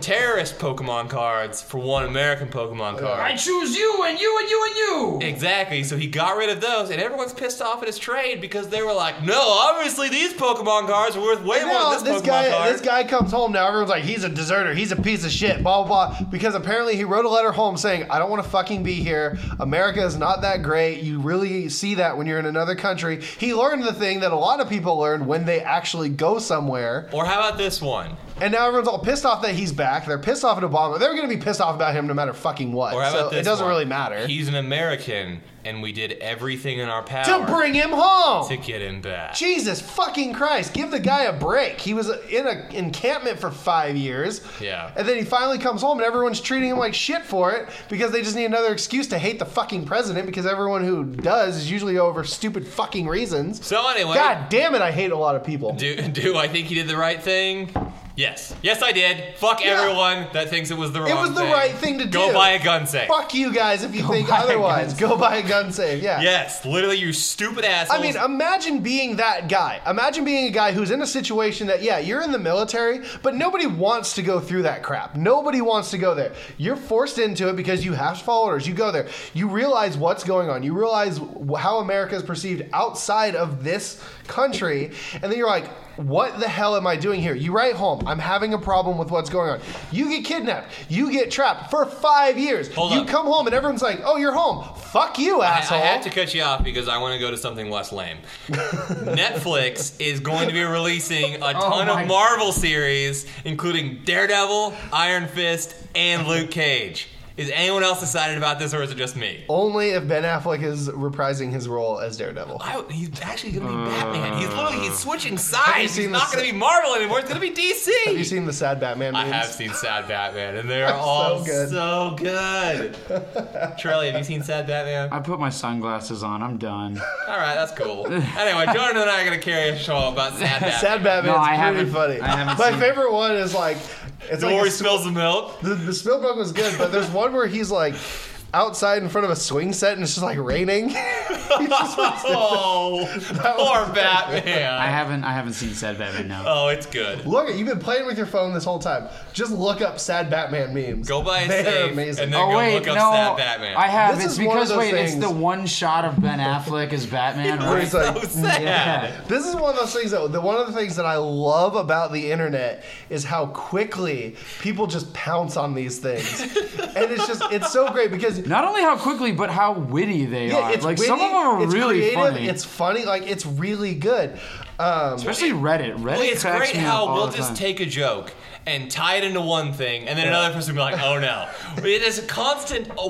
S1: terrorist Pokemon cards for one American Pokemon card.
S2: choose you and you and you and you.
S1: Exactly. So he got rid of those, and everyone's pissed off at his trade because they were like, "No, obviously these Pokemon cards are worth way more
S3: Now,
S1: than this,
S3: this
S1: Pokemon
S3: guy,
S1: card."
S3: this guy comes home now. Everyone's like, he's a deserter. He's a piece of shit. Blah blah blah. Because apparently he wrote a letter home saying, I don't want to fucking be here. America is not that great. You really see that when you're in another country. He learned the thing that a lot of people learn when they actually go somewhere.
S1: Or how about this one?
S3: And now everyone's all pissed off that he's back. They're pissed off at Obama. They're going to be pissed off about him no matter fucking what.
S1: Or how
S3: So
S1: about this
S3: it doesn't
S1: one?
S3: really matter.
S1: He's an American, and we did everything in our power
S3: to bring him home.
S1: to get him back.
S3: Jesus fucking Christ! Give the guy a break. He was in an encampment for five years.
S1: Yeah.
S3: And then he finally comes home, and everyone's treating him like shit for it because they just need another excuse to hate the fucking president. Because everyone who does is usually over stupid fucking reasons.
S1: So anyway,
S3: God damn it! I hate a lot of people.
S1: do do I think he did the right thing? Yes, yes, I did. Fuck
S3: Yeah.
S1: everyone that thinks it was the wrong.
S3: was the right thing to
S1: Go
S3: do.
S1: buy a gun safe.
S3: Fuck you guys if you think
S2: buy a gun
S3: otherwise. Go buy a gun safe. Yeah.
S1: Yes, literally, you stupid assholes.
S3: I mean, imagine being that guy. Imagine being a guy who's in a situation that, yeah, you're in the military, but nobody wants to go through that crap. Nobody wants to go there. You're forced into it because you have to follow orders. You go there. You realize what's going on. You realize wh- how America is perceived outside of this country. And then you're like, what the hell am I doing here? You write home, I'm having a problem with what's going on. You get kidnapped. You get trapped for five years.
S1: Hold
S3: you
S1: up.
S3: come home and everyone's like, oh, you're home. Fuck you,
S1: I-
S3: asshole.
S1: I have to cut you off because I want to go to something less lame. Netflix is going to be releasing
S3: Oh
S1: a ton
S2: my-
S1: of Marvel series, including Daredevil, Iron Fist, and Luke Cage. Is anyone else excited about this, or is it just me?
S3: Only if Ben Affleck is reprising his role as Daredevil.
S1: I, he's actually going to be Batman. He's literally he's switching sides. He's
S3: Uh. seen
S1: not
S3: this-
S1: going to be Marvel anymore. It's going to be DC.
S3: Have you seen the sad Batman
S1: I
S3: memes?
S1: have seen Sad Batman, and they're all
S3: good.
S1: so good. Charlie, have you seen Sad Batman?
S2: I put my sunglasses on. I'm done.
S1: All right, that's cool. Anyway, Jordan and I are going to carry a show about Sad Batman.
S3: Sad Batman
S2: No, I
S3: is
S2: haven't-
S3: pretty funny.
S2: I haven't
S3: My
S2: seen-
S3: favorite one is like, it's
S1: The
S3: like
S1: more
S3: a
S1: he spills the milk.
S3: The, the Spielberg was good, but there's one where he's like outside in front of a swing set and it's just like raining. He just wants to-
S1: Oh, poor
S2: I
S1: Batman.
S2: haven't. I haven't seen Sad Batman. No.
S1: Oh, it's good.
S3: look, you've been playing with your phone this whole time. Just look up sad Batman memes.
S1: Go buy a
S3: They're
S1: safe,
S3: amazing.
S1: and then
S2: Oh
S1: go
S2: wait,
S1: look up
S2: no,
S1: Sad Batman.
S2: I have.
S3: This
S2: it's
S3: is one of
S2: because
S3: those
S2: wait,
S3: things-
S2: it's the one shot of Ben Affleck as Batman,
S3: Where
S2: right?
S3: he's like,
S1: so sad.
S2: Yeah.
S3: This is one of those things though. The one of the things that I love about the internet is how quickly people just pounce on these things, and it's just it's so great because
S2: Not only how quickly, but how witty they
S3: yeah,
S2: are.
S3: it's
S2: like
S3: witty,
S2: some of them are
S3: it's
S2: really
S3: creative,
S2: funny,
S3: it's funny, like it's really good. Um,
S2: especially Reddit. Reddit
S1: Well, it's
S2: cracks
S1: great
S2: me up
S1: how
S2: all
S1: we'll
S2: the
S1: just
S2: time.
S1: take a joke and tie it into one thing, and then another person will be like, "Oh no!" It is constant uh,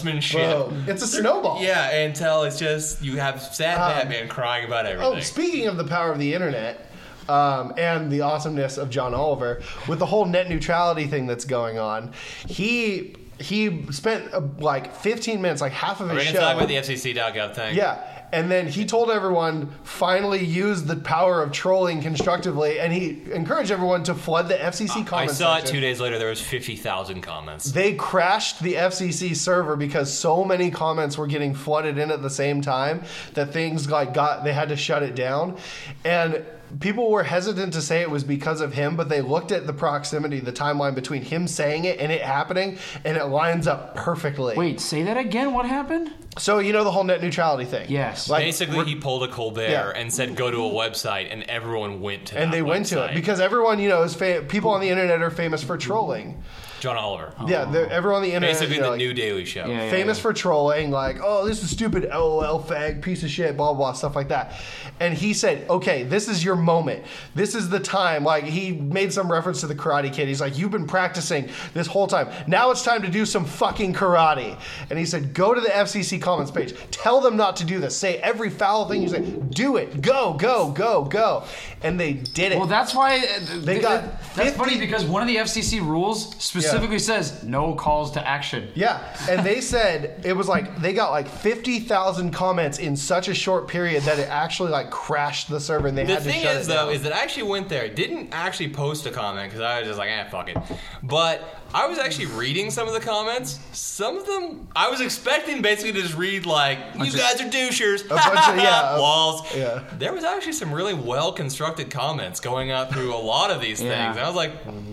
S1: one-upsmanship.
S3: Whoa, it's a snowball.
S1: Yeah, until it's just you have sad Batman crying about
S3: Um, Oh,
S1: everything.
S3: speaking of the power of the internet um, and the awesomeness of John Oliver with the whole net neutrality thing that's going on, he he spent uh, like 15 minutes, like half of
S1: We're
S3: his
S1: gonna
S3: show.
S1: talk about the FCC.gov thing.
S3: yeah. And then he told everyone finally use the power of trolling constructively, and he encouraged everyone to flood the FCC
S1: I
S3: comment
S1: saw it
S3: section.
S1: two days later. There was fifty thousand comments.
S3: They crashed the FCC server because so many comments were getting flooded in at the same time that things like got they had to shut it down, and people were hesitant to say it was because of him, but they looked at the proximity, the timeline between him saying it and it happening, and it lines up perfectly.
S2: Wait, say that again. What happened?
S3: So you know the whole net neutrality thing?
S2: Yes.
S3: Like,
S1: Basically, he pulled a Colbert
S3: Yeah.
S1: and said, "Go to a website," and everyone went to.
S3: and
S1: that
S3: they went to
S1: website.
S3: it because everyone you know is fa- people on the internet are famous for trolling.
S1: John Oliver,
S3: Yeah, they're- everyone on the internet
S1: basically
S3: you know,
S1: the
S3: like-
S1: new Daily Show.
S2: Yeah, yeah.
S3: famous for trolling, like, oh, this is stupid, lol, fag, piece of shit, blah, blah, stuff like that. And he said, okay, this is your moment. This is the time. Like, he made some reference to the Karate Kid. He's like, you've been practicing this whole time. Now it's time to do some fucking karate. And he said, go to the FCC comments page. Tell them not to do this. Say every foul thing you say. Do it. Go, go, go, go. And they did it.
S2: Well, that's why uh,
S3: They
S2: th-
S3: got
S2: th- That's
S3: 50
S2: funny because one of the FCC rules specifically says no calls to action.
S3: Yeah, and they said it was like they got like fifty thousand comments in such a short period that it actually like crashed the server and they
S1: The
S3: had to
S1: thing
S3: shut
S1: is,
S3: it down.
S1: though, is that I actually went there, didn't actually post a comment because I was just like, eh, fuck it. But I was actually reading some of the comments. Some of them, I was expecting basically to just read like, "You guys are douchers,"
S3: bunch of- yeah, a-
S1: walls.
S3: yeah.
S1: There was actually some really well constructed comments going out through a lot of these
S2: Yeah.
S1: things, and I was like,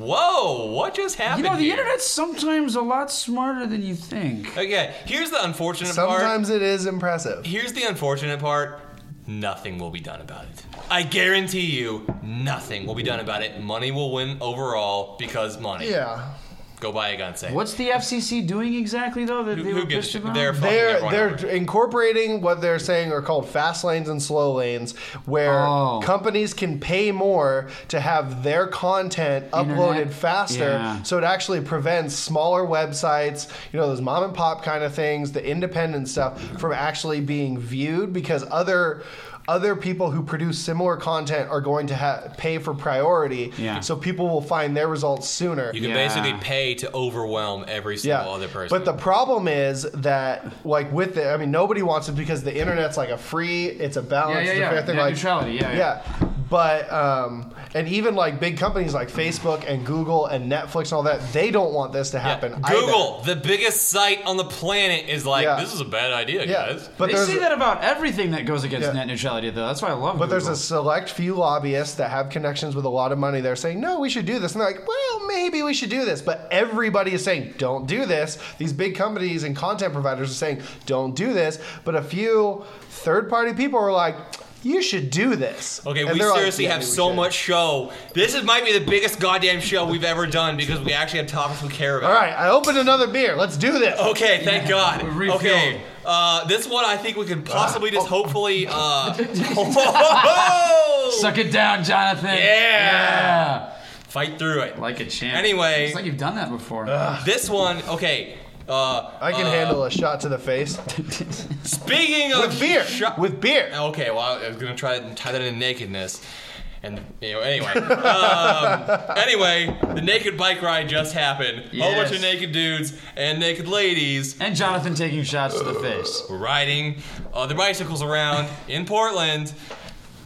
S1: "Whoa, what just
S2: You
S1: happened?"
S2: know, the
S1: here?
S2: internet's sometimes a lot smarter than you think.
S1: Okay, here's the unfortunate part.
S3: sometimes it is impressive.
S1: Here's the unfortunate part. Nothing will be done about it. I guarantee you, nothing will be done about it. Money will win overall because money.
S3: Yeah,
S1: Go buy a gun safe.
S2: What's the FCC doing exactly though? That
S1: Who-
S2: they
S1: who
S2: were
S1: gives a
S2: pissed
S1: shit?
S2: about?
S1: They're fucking
S3: They're
S1: everyone
S3: they're
S1: over.
S3: incorporating what they're saying are called fast lanes and slow lanes, where
S2: Oh.
S3: companies can pay more to have their content uploaded faster,
S2: Yeah.
S3: so it actually prevents smaller websites, you know, those mom and pop kind of things, the independent stuff, from actually being viewed because other. Other people who produce similar content are going to ha- pay for priority,
S2: Yeah.
S3: so people will find their results sooner.
S1: You can
S2: Yeah.
S1: basically pay to overwhelm every single other person.
S3: But the problem is that, like, with it, I mean, nobody wants it because the internet's like a free, it's a
S2: yeah,
S3: balance,
S2: yeah,
S3: it's a
S2: yeah.
S3: fair thing.
S2: Net
S3: like,
S2: neutrality. Yeah, yeah.
S3: yeah. But, um, and even like big companies like Facebook and Google and Netflix and all that, they don't want this to
S1: Yeah.
S3: happen. either.
S1: Google, the biggest site on the planet, is like,
S3: Yeah.
S1: this is a bad idea,
S3: Yeah.
S1: guys.
S3: But
S2: they
S3: there's,
S2: say that about everything that goes against
S3: Yeah.
S2: net neutrality, though. That's why I love.
S3: but there's a select few lobbyists that have connections with a lot of money. They're saying, no, we should do this. And they're like, well, maybe we should do this. But everybody is saying, don't do this. These big companies and content providers are saying, don't do this. But a few third party people are like, you should do this.
S1: Okay,
S3: And
S1: we
S3: they're like,
S1: seriously
S3: "Yeah,
S1: have
S3: we
S1: so
S3: should."
S1: much show. This is might be the biggest goddamn show we've ever done because we actually have topics we care about.
S3: All right, I opened another beer. Let's do this.
S1: Okay, thank God.
S2: we refilled.
S1: Okay, uh, this one I think we can
S3: Ah.
S1: possibly
S3: Oh.
S1: just hopefully. Uh, Whoa!
S2: Suck it down, Jonathan.
S1: Yeah. Fight through it.
S2: Like a champ.
S1: Anyway.
S2: it's like you've done that before.
S1: This one, okay. Uh,
S3: I can
S1: uh,
S3: handle a shot to the face
S1: Speaking of
S3: with beer.
S1: sho-
S3: with beer.
S1: Okay, well, I was gonna try and tie that in nakedness, and you know, anyway, um, anyway, the naked bike ride just happened. A whole bunch
S2: Yes.
S1: of naked dudes and naked ladies
S2: and Jonathan taking shots to the face.
S1: were riding uh, their bicycles around in Portland,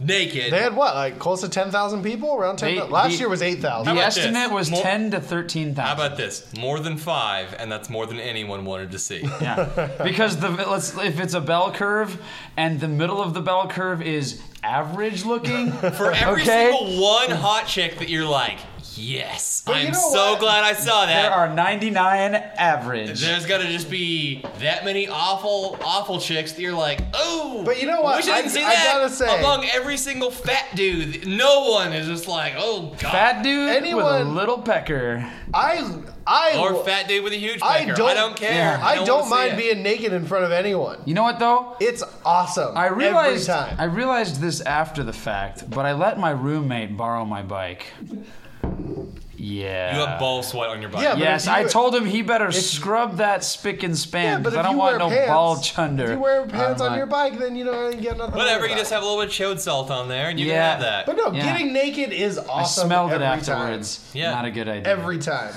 S1: naked.
S3: They had what, like close to 10,000 people? Around 10,000?
S2: They-
S3: Last
S2: the-
S3: year was 8,000.
S2: The
S1: about this?
S2: estimate was
S1: More-
S2: ten to thirteen
S1: How
S2: thousand.
S1: about this? More than five, and that's more than anyone wanted to see.
S2: Yeah, because the let's if it's a bell curve and the middle of the bell curve is average looking.
S1: For every
S2: Okay.
S1: single one hot chick that you're like, yes, I'm
S3: you know
S1: so
S3: what?
S1: glad I saw that.
S2: There are 99 average.
S1: There's gotta just be that many awful, awful chicks that you're like, oh.
S3: But you know what?
S1: Wish I, didn't
S3: I-
S1: see
S3: I
S1: that
S3: gotta say-
S1: among every single fat dude. No one is just like, oh god.
S2: Fat dude with a
S3: Anyone-
S2: little pecker.
S3: I, I,
S1: or fat dude with a huge
S3: I
S1: pecker. I don't,
S3: don't-
S1: care.
S2: yeah.
S3: I
S1: don't
S3: don't
S1: wanna see
S3: mind
S1: it.
S3: being naked in front of anyone.
S2: You know what though?
S3: It's awesome.
S2: I realized
S3: every time.
S2: I realized this after the fact, but I let my roommate borrow my bike. Yeah.
S1: You have ball sweat on your body.
S3: Yeah, but-
S2: Yes,
S3: if you-
S2: I told him he better scrub that spick and span because I don't want no ball chunder.
S3: If you wear pants
S2: on
S3: on
S2: my-
S3: your bike, then you don't get nothing. to worry
S1: Whatever, you
S3: about.
S1: just have a little bit of chode salt on there and you
S2: Yeah.
S1: can have that.
S3: But no,
S2: Yeah.
S3: getting naked is
S2: I
S3: awesome.
S2: smelled it
S3: every
S2: afterwards.
S1: Yeah.
S2: Not a good idea.
S3: Time. Every time,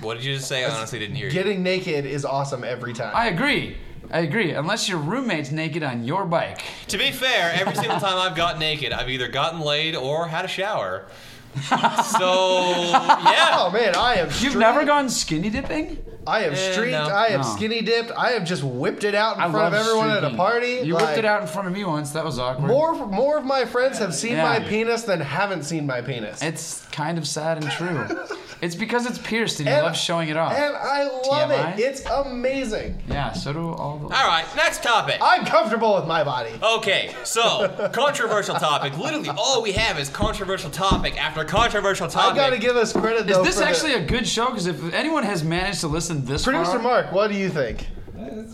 S1: what did you just say? I honestly didn't hear you.
S3: getting naked is awesome every time.
S2: I agree. I agree. Unless your roommate's naked on your bike.
S1: To be fair, every single time I've got naked, I've either gotten laid or had a shower. so yeah.
S3: Oh man, I have.
S2: You've
S3: stre-
S2: never gone skinny dipping?
S3: I have
S1: Eh,
S3: streaked.
S1: no.
S3: I have
S2: No.
S3: skinny dipped. I have just whipped it out in front of everyone at a
S2: streaking.
S3: party.
S2: You
S3: like,
S2: whipped it out in front of me once. That was awkward.
S3: More, more of my friends have seen
S2: Yeah.
S3: my penis than haven't seen my penis.
S2: It's kind of sad and true. it's because it's pierced and you
S3: And-
S2: love showing it off.
S3: And I love
S2: TMI?
S3: it. It's amazing.
S2: yeah, so do all the.
S1: Alright, next topic.
S3: I'm comfortable with my body.
S1: Okay, so controversial topic. Literally, all we have is controversial topic after controversial topic.
S3: I gotta give us credit
S2: Is
S3: though.
S2: this
S3: for the-
S2: actually a good show? Because if anyone has managed to listen this
S3: producer
S2: far,
S3: Mark? What do you think?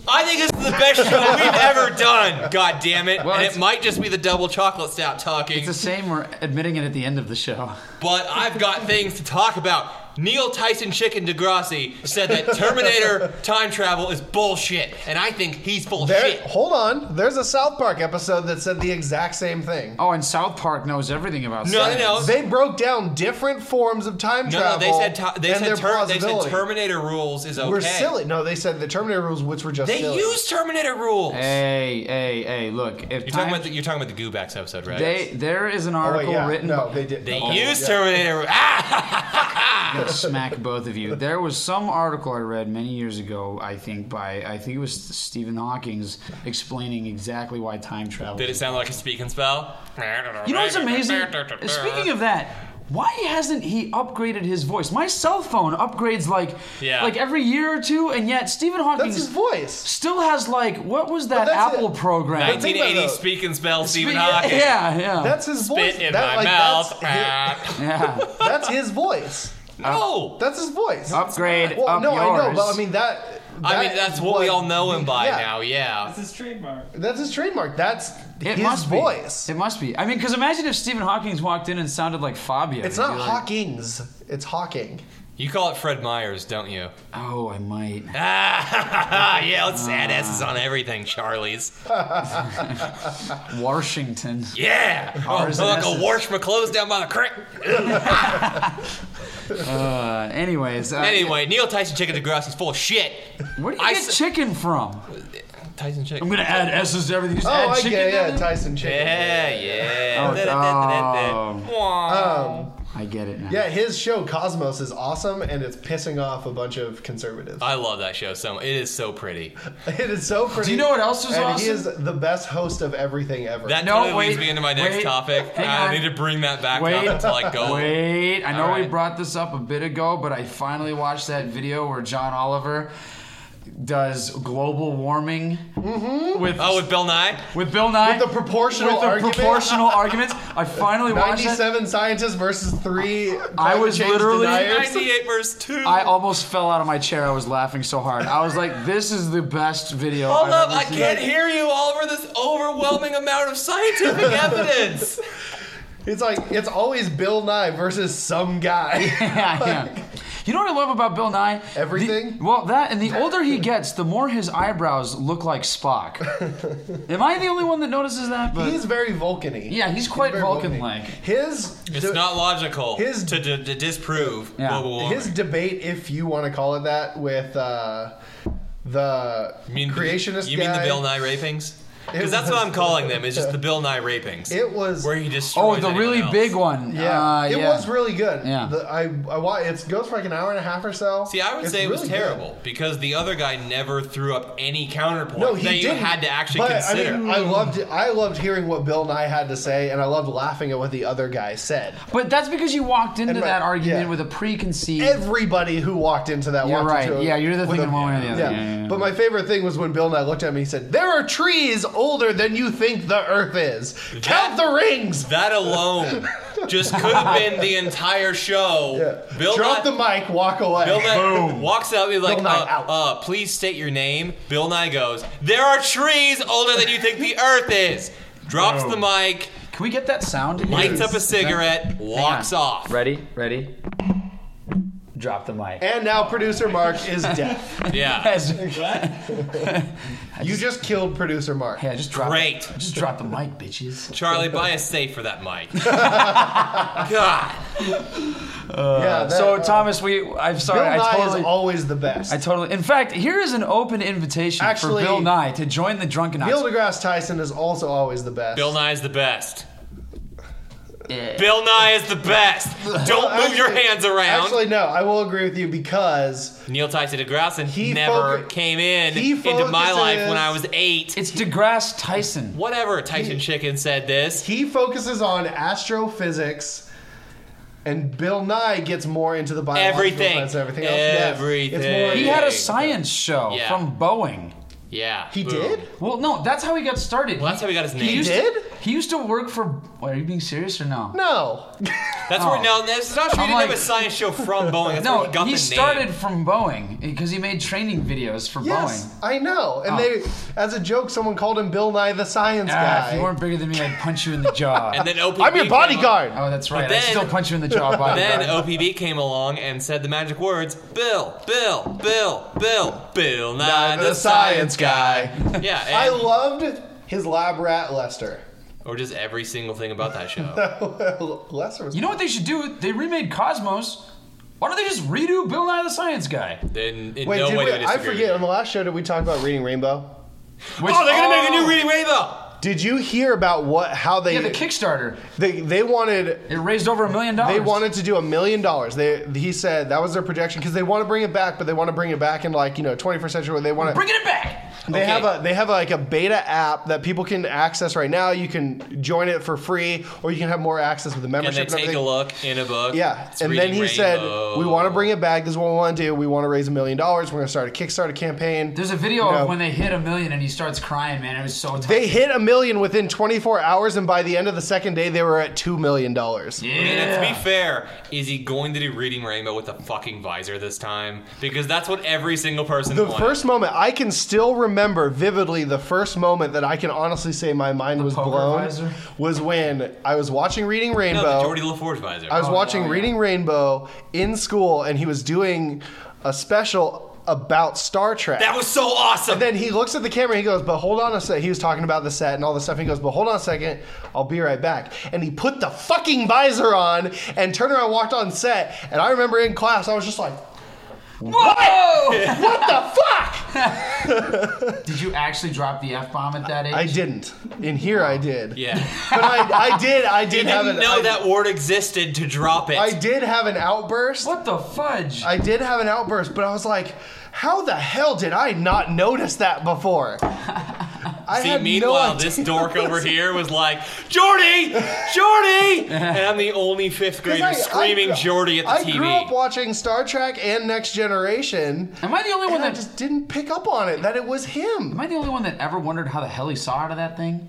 S1: I think this is the best show we've ever done. God damn it!
S2: Well,
S1: and
S2: it's-
S1: it might just be the double chocolate stout talking,
S2: it's the same. We're admitting it at the end of the show.
S1: but I've got things to talk about. Neil Tyson Chicken DeGrassi said that Terminator time travel is bullshit, and I think he's full of
S3: There,
S1: shit.
S3: hold on. There's a South Park episode that said the exact same thing.
S2: Oh, and South Park knows everything about.
S1: No,
S2: science.
S1: no, no.
S3: They broke down different forms of time
S1: No, no,
S3: travel.
S1: they said ti- they
S3: and
S1: said
S3: their
S1: ter- they said
S3: plausibility.
S1: Terminator rules is okay.
S3: We're silly. No, they said the Terminator rules, which were just
S1: They
S3: silly.
S1: use Terminator rules.
S2: Hey, hey, hey! Look, if
S1: you're
S2: time,
S1: talking about the, you're talking about the Goobax episode, right?
S2: they there is an
S3: Oh,
S2: article
S3: wait, yeah.
S2: written.
S3: No,
S2: by,
S3: they did.
S1: They
S3: oh,
S1: use
S3: yeah.
S1: Terminator. Ah!
S2: I'm gonna smack both of you. There was some article I read many years ago, I think by I think it was Stephen Hawking's explaining exactly why time travel.
S1: Did it sound like a speak and spell?
S2: you know what's amazing? Speaking of that, why hasn't he upgraded his voice? My cell phone upgrades like
S1: Yeah.
S2: like every year or two, and yet Stephen
S3: That's his
S2: Hawking
S3: voice.
S2: still has like what was that
S3: that's
S2: Apple
S3: it.
S2: program?
S3: That's it.
S1: 1980
S3: about-
S1: speak and spell Stephen
S2: yeah,
S1: Hawking.
S2: yeah, yeah.
S3: That's his voice.
S1: Spit in
S3: That-
S1: my
S3: like,
S1: mouth.
S3: That's his,
S2: yeah.
S3: that's his voice.
S1: No.
S3: That's his voice.
S2: Upgrade
S3: well,
S2: up
S3: no, I know,
S2: yours.
S3: but I mean that.
S1: I mean,
S3: that
S1: that's what we
S3: was-
S1: all know him by
S3: yeah,
S1: now. Yeah.
S4: This is trademark.
S3: That's his trademark. That's
S2: it
S3: his
S2: must
S3: voice.
S2: be. It must be. I mean, because imagine if Stephen Hawking's walked in and sounded like Fabio.
S3: It's
S2: You'd
S3: not
S2: be like,
S3: Hawking's. It's Hawking.
S1: You call it Fred Myers, don't you?
S2: Oh, I might.
S1: Ah, yeah, let's add S's on everything, Charlie's.
S2: Washington.
S1: Yeah! Oh,
S2: R's
S1: so
S2: and
S1: I can
S2: S's.
S1: wash my clothes down by the creek.
S2: Uh, anyways. Uh,
S1: Anyway, Neil Tyson Chicken DeGrassi's full of shit.
S2: Where do you
S1: I
S2: get
S1: s-
S2: chicken from?
S1: Tyson Chicken.
S2: I'm gonna add S's to everything. Just
S3: Oh,
S2: add
S3: I
S2: chicken.
S3: get it.
S2: to
S3: Yeah,
S2: them?
S3: Tyson Chicken.
S1: Yeah, yeah.
S2: Oh,
S1: Da-da-da-da-da-da. Wah.
S3: Um,
S2: I get it now.
S3: yeah, his show Cosmos is awesome, and it's pissing off a bunch of conservatives.
S1: I love that show so much. It is so pretty.
S3: It is so pretty.
S2: Do you know what else was
S3: and
S2: awesome?
S3: He is the best host of everything ever.
S1: That
S2: No,
S1: totally leads
S2: wait,
S1: me into my next
S2: wait,
S1: topic.
S2: hang
S1: I
S2: on.
S1: need to bring that back up
S2: Wait,
S1: until I go.
S2: wait. I know
S1: All
S2: we
S1: right.
S2: brought this up a bit ago, but I finally watched that video where John Oliver does global warming with
S1: Oh, with Bill Nye?
S2: with Bill Nye
S3: Mm-hmm. With the proportional
S2: with the
S3: argument?
S2: proportional arguments. I finally watched it.
S3: Ninety-seven scientists versus three.
S2: I
S3: climate
S2: was
S3: change
S2: literally-
S3: deniers.
S1: 98 verse 2.
S2: I almost fell out of my chair. I was laughing so hard. I was like, "This is the best video."
S1: Hold
S2: I've
S1: up,
S2: ever
S1: I
S2: seen.
S1: can't hear you, Oliver. This overwhelming amount of scientific evidence.
S3: It's like it's always Bill Nye versus some guy.
S2: yeah, yeah. You know what I love about Bill Nye?
S3: Everything?
S2: The- well, that and the older he gets, the more his eyebrows look like Spock. Am I the only one that notices that? But
S3: he's very Vulcan-y.
S2: yeah, he's quite
S3: very
S2: Vulcan-like.
S3: Vulcan-y. His
S1: It's
S3: de-
S1: not logical
S3: his-
S1: to, to, to disprove
S2: Yeah.
S1: global warming.
S3: his debate, if you want to call it that, with uh, the
S1: You mean-
S3: creationist
S1: You
S3: guy.
S1: mean the Bill Nye rapings?
S3: It
S1: Because that's
S3: was-
S1: what I'm calling them. It's just the Bill Nye rapings.
S3: It was
S1: where he destroys.
S2: Oh, the
S1: anyone
S2: really
S1: else.
S2: big one.
S3: Yeah,
S2: Uh,
S3: it
S2: yeah.
S3: was really good.
S2: Yeah.
S3: the, I I wa- it goes for like an hour and a half or so.
S1: See, I would
S3: It's
S1: say it was
S3: really good.
S1: terrible because the other guy never threw up any counterpoint
S3: No, he
S1: that you
S3: didn't,
S1: had to actually
S3: but,
S1: consider.
S3: I, mean, I loved I loved hearing what Bill and I had to say, and I loved laughing at what the other guy said.
S2: But that's because you walked into
S3: And my-
S2: that argument
S3: yeah.
S2: with a preconceived.
S3: Everybody who walked into that
S2: You're
S3: walked
S2: right.
S3: into it
S2: Yeah, you're either
S3: with
S2: thinking
S3: a-
S2: one way or the other.
S3: Yeah.
S2: Yeah, yeah, yeah.
S3: But my favorite thing was when Bill and I looked at me and said, "There are trees older than you think the Earth is. Count the rings."
S1: that alone just could have been the entire show.
S3: Yeah.
S1: Bill
S3: Drop
S1: Nye,
S3: the mic. Walk away.
S1: Bill Nye walks up he's like,
S3: Bill Nye
S1: uh,
S3: out.
S1: uh, please state your name. Bill Nye goes, There are trees older than you think the earth is. Drops the mic,
S2: Can we get that sound? in
S1: lights
S2: here?
S1: up a
S2: Is that-
S1: cigarette,
S2: Hang on.
S1: walks off.
S2: Ready? Ready? Drop the mic.
S3: And now producer Mark is deaf.
S1: Yeah.
S2: Yes.
S4: What?
S3: you just killed producer Mark.
S2: Yeah, just drop.
S1: Great.
S2: Just drop the mic, bitches.
S1: Charlie, buy a safe for that mic. God.
S3: yeah. that-
S2: uh,
S3: uh,
S2: So Thomas, we. I'm sorry.
S3: Bill Nye
S2: I totally.
S3: is always the best.
S2: I totally. In fact, here is an open invitation
S3: Actually-
S2: for Bill Nye to join the Drunken
S3: Neil
S2: Ox.
S3: deGrasse Tyson is also always the best.
S1: Bill Nye's the best.
S2: Yeah.
S1: Bill Nye is the best. Don't move your
S3: Actually-
S1: hands around.
S3: Actually, no, I will agree with you because
S1: Neil Tyson DeGrasse
S3: He
S1: never
S3: focu-
S1: came in
S3: he
S1: into my life when
S3: focuses-
S1: I was eight.
S2: It's DeGrasse Tyson.
S1: Whatever, Tyson Chicken said this.
S3: he focuses on astrophysics. And Bill Nye gets more into the biological
S1: Everything.
S3: science and everything else. Yes,
S1: Everything.
S3: It's more,
S2: He
S1: Yeah.
S2: had a science show
S1: Yeah.
S2: from Boeing.
S1: Yeah.
S3: he
S1: boom.
S3: did?
S2: Well, no, that's how he got started.
S1: Well, that's how he got his
S3: He
S1: name.
S2: used-
S3: did?
S2: He used to work for. What, are you being serious or no?
S3: No.
S1: That's
S3: Oh.
S1: where, no, that's not true. He
S2: I'm
S1: didn't have a
S2: like-
S1: science show from Boeing. That's where
S2: No,
S1: he got
S2: he
S1: the
S2: started
S1: name.
S2: from Boeing because he made training videos for
S3: Yes,
S2: Boeing.
S3: I know. And
S2: Oh.
S3: they, as a joke, someone called him Bill Nye the Science
S2: Ah,
S3: Guy.
S2: if you weren't bigger than me, I'd punch you in the jaw.
S1: And then OPB
S3: I'm your
S1: came along-
S3: bodyguard.
S2: oh, that's right.
S1: then-
S2: I'd still punch you in the jaw.
S1: Then
S2: bodyguard.
S1: OPB came along and said the magic words Bill, Bill, Bill, Bill, Bill Nye, the, science guy. Yeah, and,
S3: I loved his lab rat Lester.
S1: or just every single thing about that show.
S3: Lester was
S2: You know what they should do? They remade Cosmos. Why don't they just redo Bill Nye the Science Guy?
S1: Then in
S3: Wait,
S1: no
S3: did
S1: way
S3: we,
S1: do I
S3: I
S1: disagree
S3: forget.
S1: with
S3: On the last show, did we talk about Reading Rainbow?
S1: you. Oh, they're gonna make a new Reading Rainbow.
S3: Did you hear about what how they
S2: Yeah, the Kickstarter.
S3: they they wanted
S2: It raised over a million dollars.
S3: they wanted to do a million dollars. They he said that was their projection because they want to bring it back, but they want to bring it back in like you know 21st century. They want to
S2: bringing it back.
S3: They
S1: Okay.
S3: have a they have like a beta app that people can access right now. You can join it for free, or you can have more access with the
S1: and
S3: membership.
S1: they take a
S3: everything.
S1: look in a book.
S3: Yeah,
S1: It's
S3: and then
S1: reading
S3: he said,
S1: Rainbow.
S3: "We want to bring it back. This is what we want to do. We want to raise a million dollars. We're going to start a Kickstarter campaign."
S2: There's a video
S3: You know,
S2: of when they hit a million and he starts crying, man. It was so tough.
S3: They hit a million within 24 hours, and by the end of the second day, they were at two million dollars.
S2: yeah.
S1: And to be fair, is he going to do Reading Rainbow with a fucking visor this time? Because that's what every single person
S3: The
S1: wanted.
S3: first moment I can still remember vividly. The first moment that I can honestly say my mind was
S2: poker
S3: blown
S2: visor?
S3: was when I was watching Reading Rainbow.
S1: no, the Jordy LaForge visor.
S3: I was
S2: Oh,
S3: watching
S2: yeah,
S3: Reading Rainbow in school, and he was doing a special about Star Trek.
S1: that was so awesome.
S3: then he looks at the camera. He goes, "But hold on a sec." He was talking about the set and all this stuff. He goes, "But hold on a second, I'll be right back." And he put the fucking visor on and turned around, and walked on set. And I remember in class, I was just like,
S2: Whoa!
S3: "What the fuck?"
S2: Did you actually drop the f bomb at that age?
S3: I didn't. In here, I did.
S1: yeah.
S3: But I, I did. I did
S1: didn't
S3: have an.
S1: know
S3: I,
S1: that word existed to drop it.
S3: I did have an outburst.
S2: What the fudge?
S3: I did have an outburst, but I was like, how the hell did I not notice that before? I
S1: See,
S3: had
S1: meanwhile,
S3: no
S1: this
S3: idea.
S1: dork over here was like, Jordy! Jordy! and I'm the only fifth grader
S3: I- I
S1: screaming
S3: grew-
S1: Jordy at the
S3: I
S1: TV.
S3: grew up watching Star Trek and Next Generation,
S2: Am I the only one
S3: and I
S2: that
S3: just didn't pick up on it that it was him.
S2: Am I the only one that ever wondered how the hell he saw out of that thing?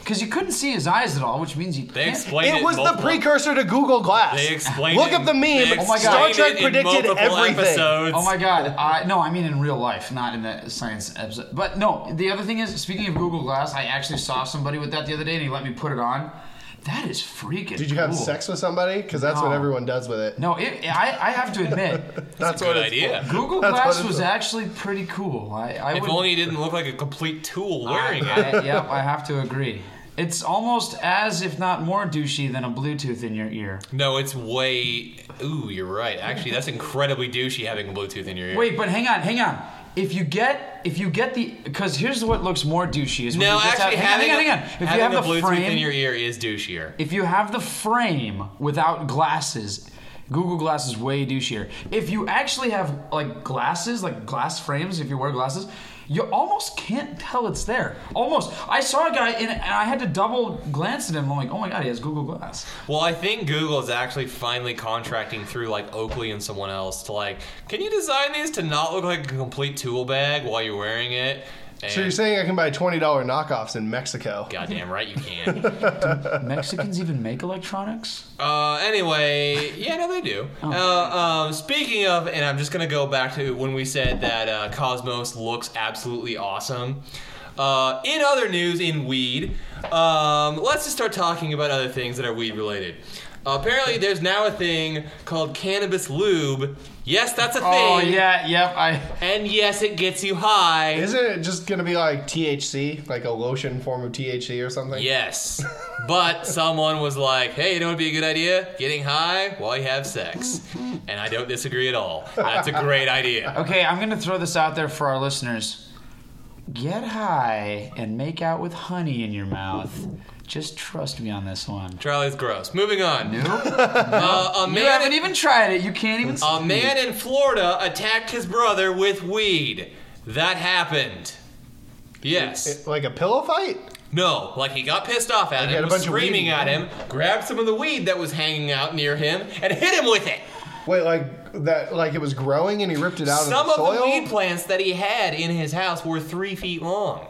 S2: Because you couldn't see his eyes at all, which means he.
S1: they
S2: can't-
S1: explained it.
S3: It was the
S1: multiple-
S3: precursor to Google Glass.
S1: They explained
S3: Look
S1: it-
S3: up the
S1: they
S3: meme.
S2: my God.
S3: Star
S1: explained it
S3: Trek
S1: in
S3: predicted
S1: multiple
S3: everything.
S1: Episodes.
S2: Oh my god! I, no, I mean in real life, not in the science episode. But no, the other thing is, speaking of Google Glass, I actually saw somebody with that the other day, and he let me put it on. That is freaking.
S3: Did you have
S2: cool.
S3: sex with somebody? Because that's
S1: Oh.
S3: what
S2: No.
S3: everyone does with it.
S2: No, it, I, I have to admit,
S3: that's
S1: Good
S3: what it's
S1: idea.
S2: Google
S3: That's what
S2: Glass
S3: it
S2: was
S3: is.
S2: actually pretty cool. I, I
S1: If
S2: would,
S1: only he didn't look like a complete tool wearing it.
S2: I, yep, I have to agree. It's almost as, if not more, douchey than a Bluetooth in your ear.
S1: No, it's way. Ooh, you're right. Actually, that's incredibly douchey having a Bluetooth in your ear.
S2: Wait, but hang on, hang on. If you get if you get the because here's what looks more douchey is when
S1: no,
S2: you just
S1: actually,
S2: have,
S1: having,
S2: hang on, hang on,
S1: a-
S2: hang on. If you
S1: having
S2: have
S1: a
S2: the
S1: Bluetooth
S2: frame,
S1: in your ear is douchier.
S2: if you have the frame without glasses, Google Glass is way douchier. If you actually have like glasses, like glass frames, if you wear glasses. You almost can't tell it's there. Almost. I saw a guy and, and I had to double glance at him. I'm like, oh my god, he has Google Glass.
S1: Well, I think Google is actually finally contracting through like Oakley and someone else to like, can you design these to not look like a complete tool bag while you're wearing it? And
S3: So you're saying I can buy $20 knockoffs in Mexico?
S1: Goddamn right you can.
S2: Mexicans even make electronics?
S1: Uh, anyway, yeah, no, they do.
S2: Oh.
S1: Uh, um, speaking of, and I'm just gonna go back to when we said that uh, Cosmos looks absolutely awesome. Uh, in other news, in weed, um, let's just start talking about other things that are weed related. apparently, there's now a thing called cannabis lube. Yes, that's a thing.
S2: Oh yeah, yep. I
S1: And yes, it gets you high.
S3: Isn't it just gonna be like THC, like a lotion form of THC or something?
S1: Yes. But someone was like, hey, you know what would be a good idea? Getting high while you have sex. And I don't disagree at all. That's a great idea.
S2: Okay, I'm gonna throw this out there for our listeners. Get high and make out with honey in your mouth. Just trust me on this one.
S1: Charlie's gross. Moving on.
S2: No,
S1: Uh, a,
S2: you haven't
S1: man,
S2: even tried it. You can't even.
S1: a man in Florida attacked his brother with weed. That happened. Yes.
S3: It- like a pillow fight?
S1: No. Like he got pissed off at
S3: he had
S1: him, was
S3: a bunch of weed
S1: screaming
S3: in
S1: at
S3: him.
S1: him, grabbed some of the weed that was hanging out near him, and hit him with it.
S3: Wait, like that? Like it was growing and he ripped it out
S1: Some
S3: of the
S1: of
S3: soil?
S1: the weed plants that he had in his house were three feet long.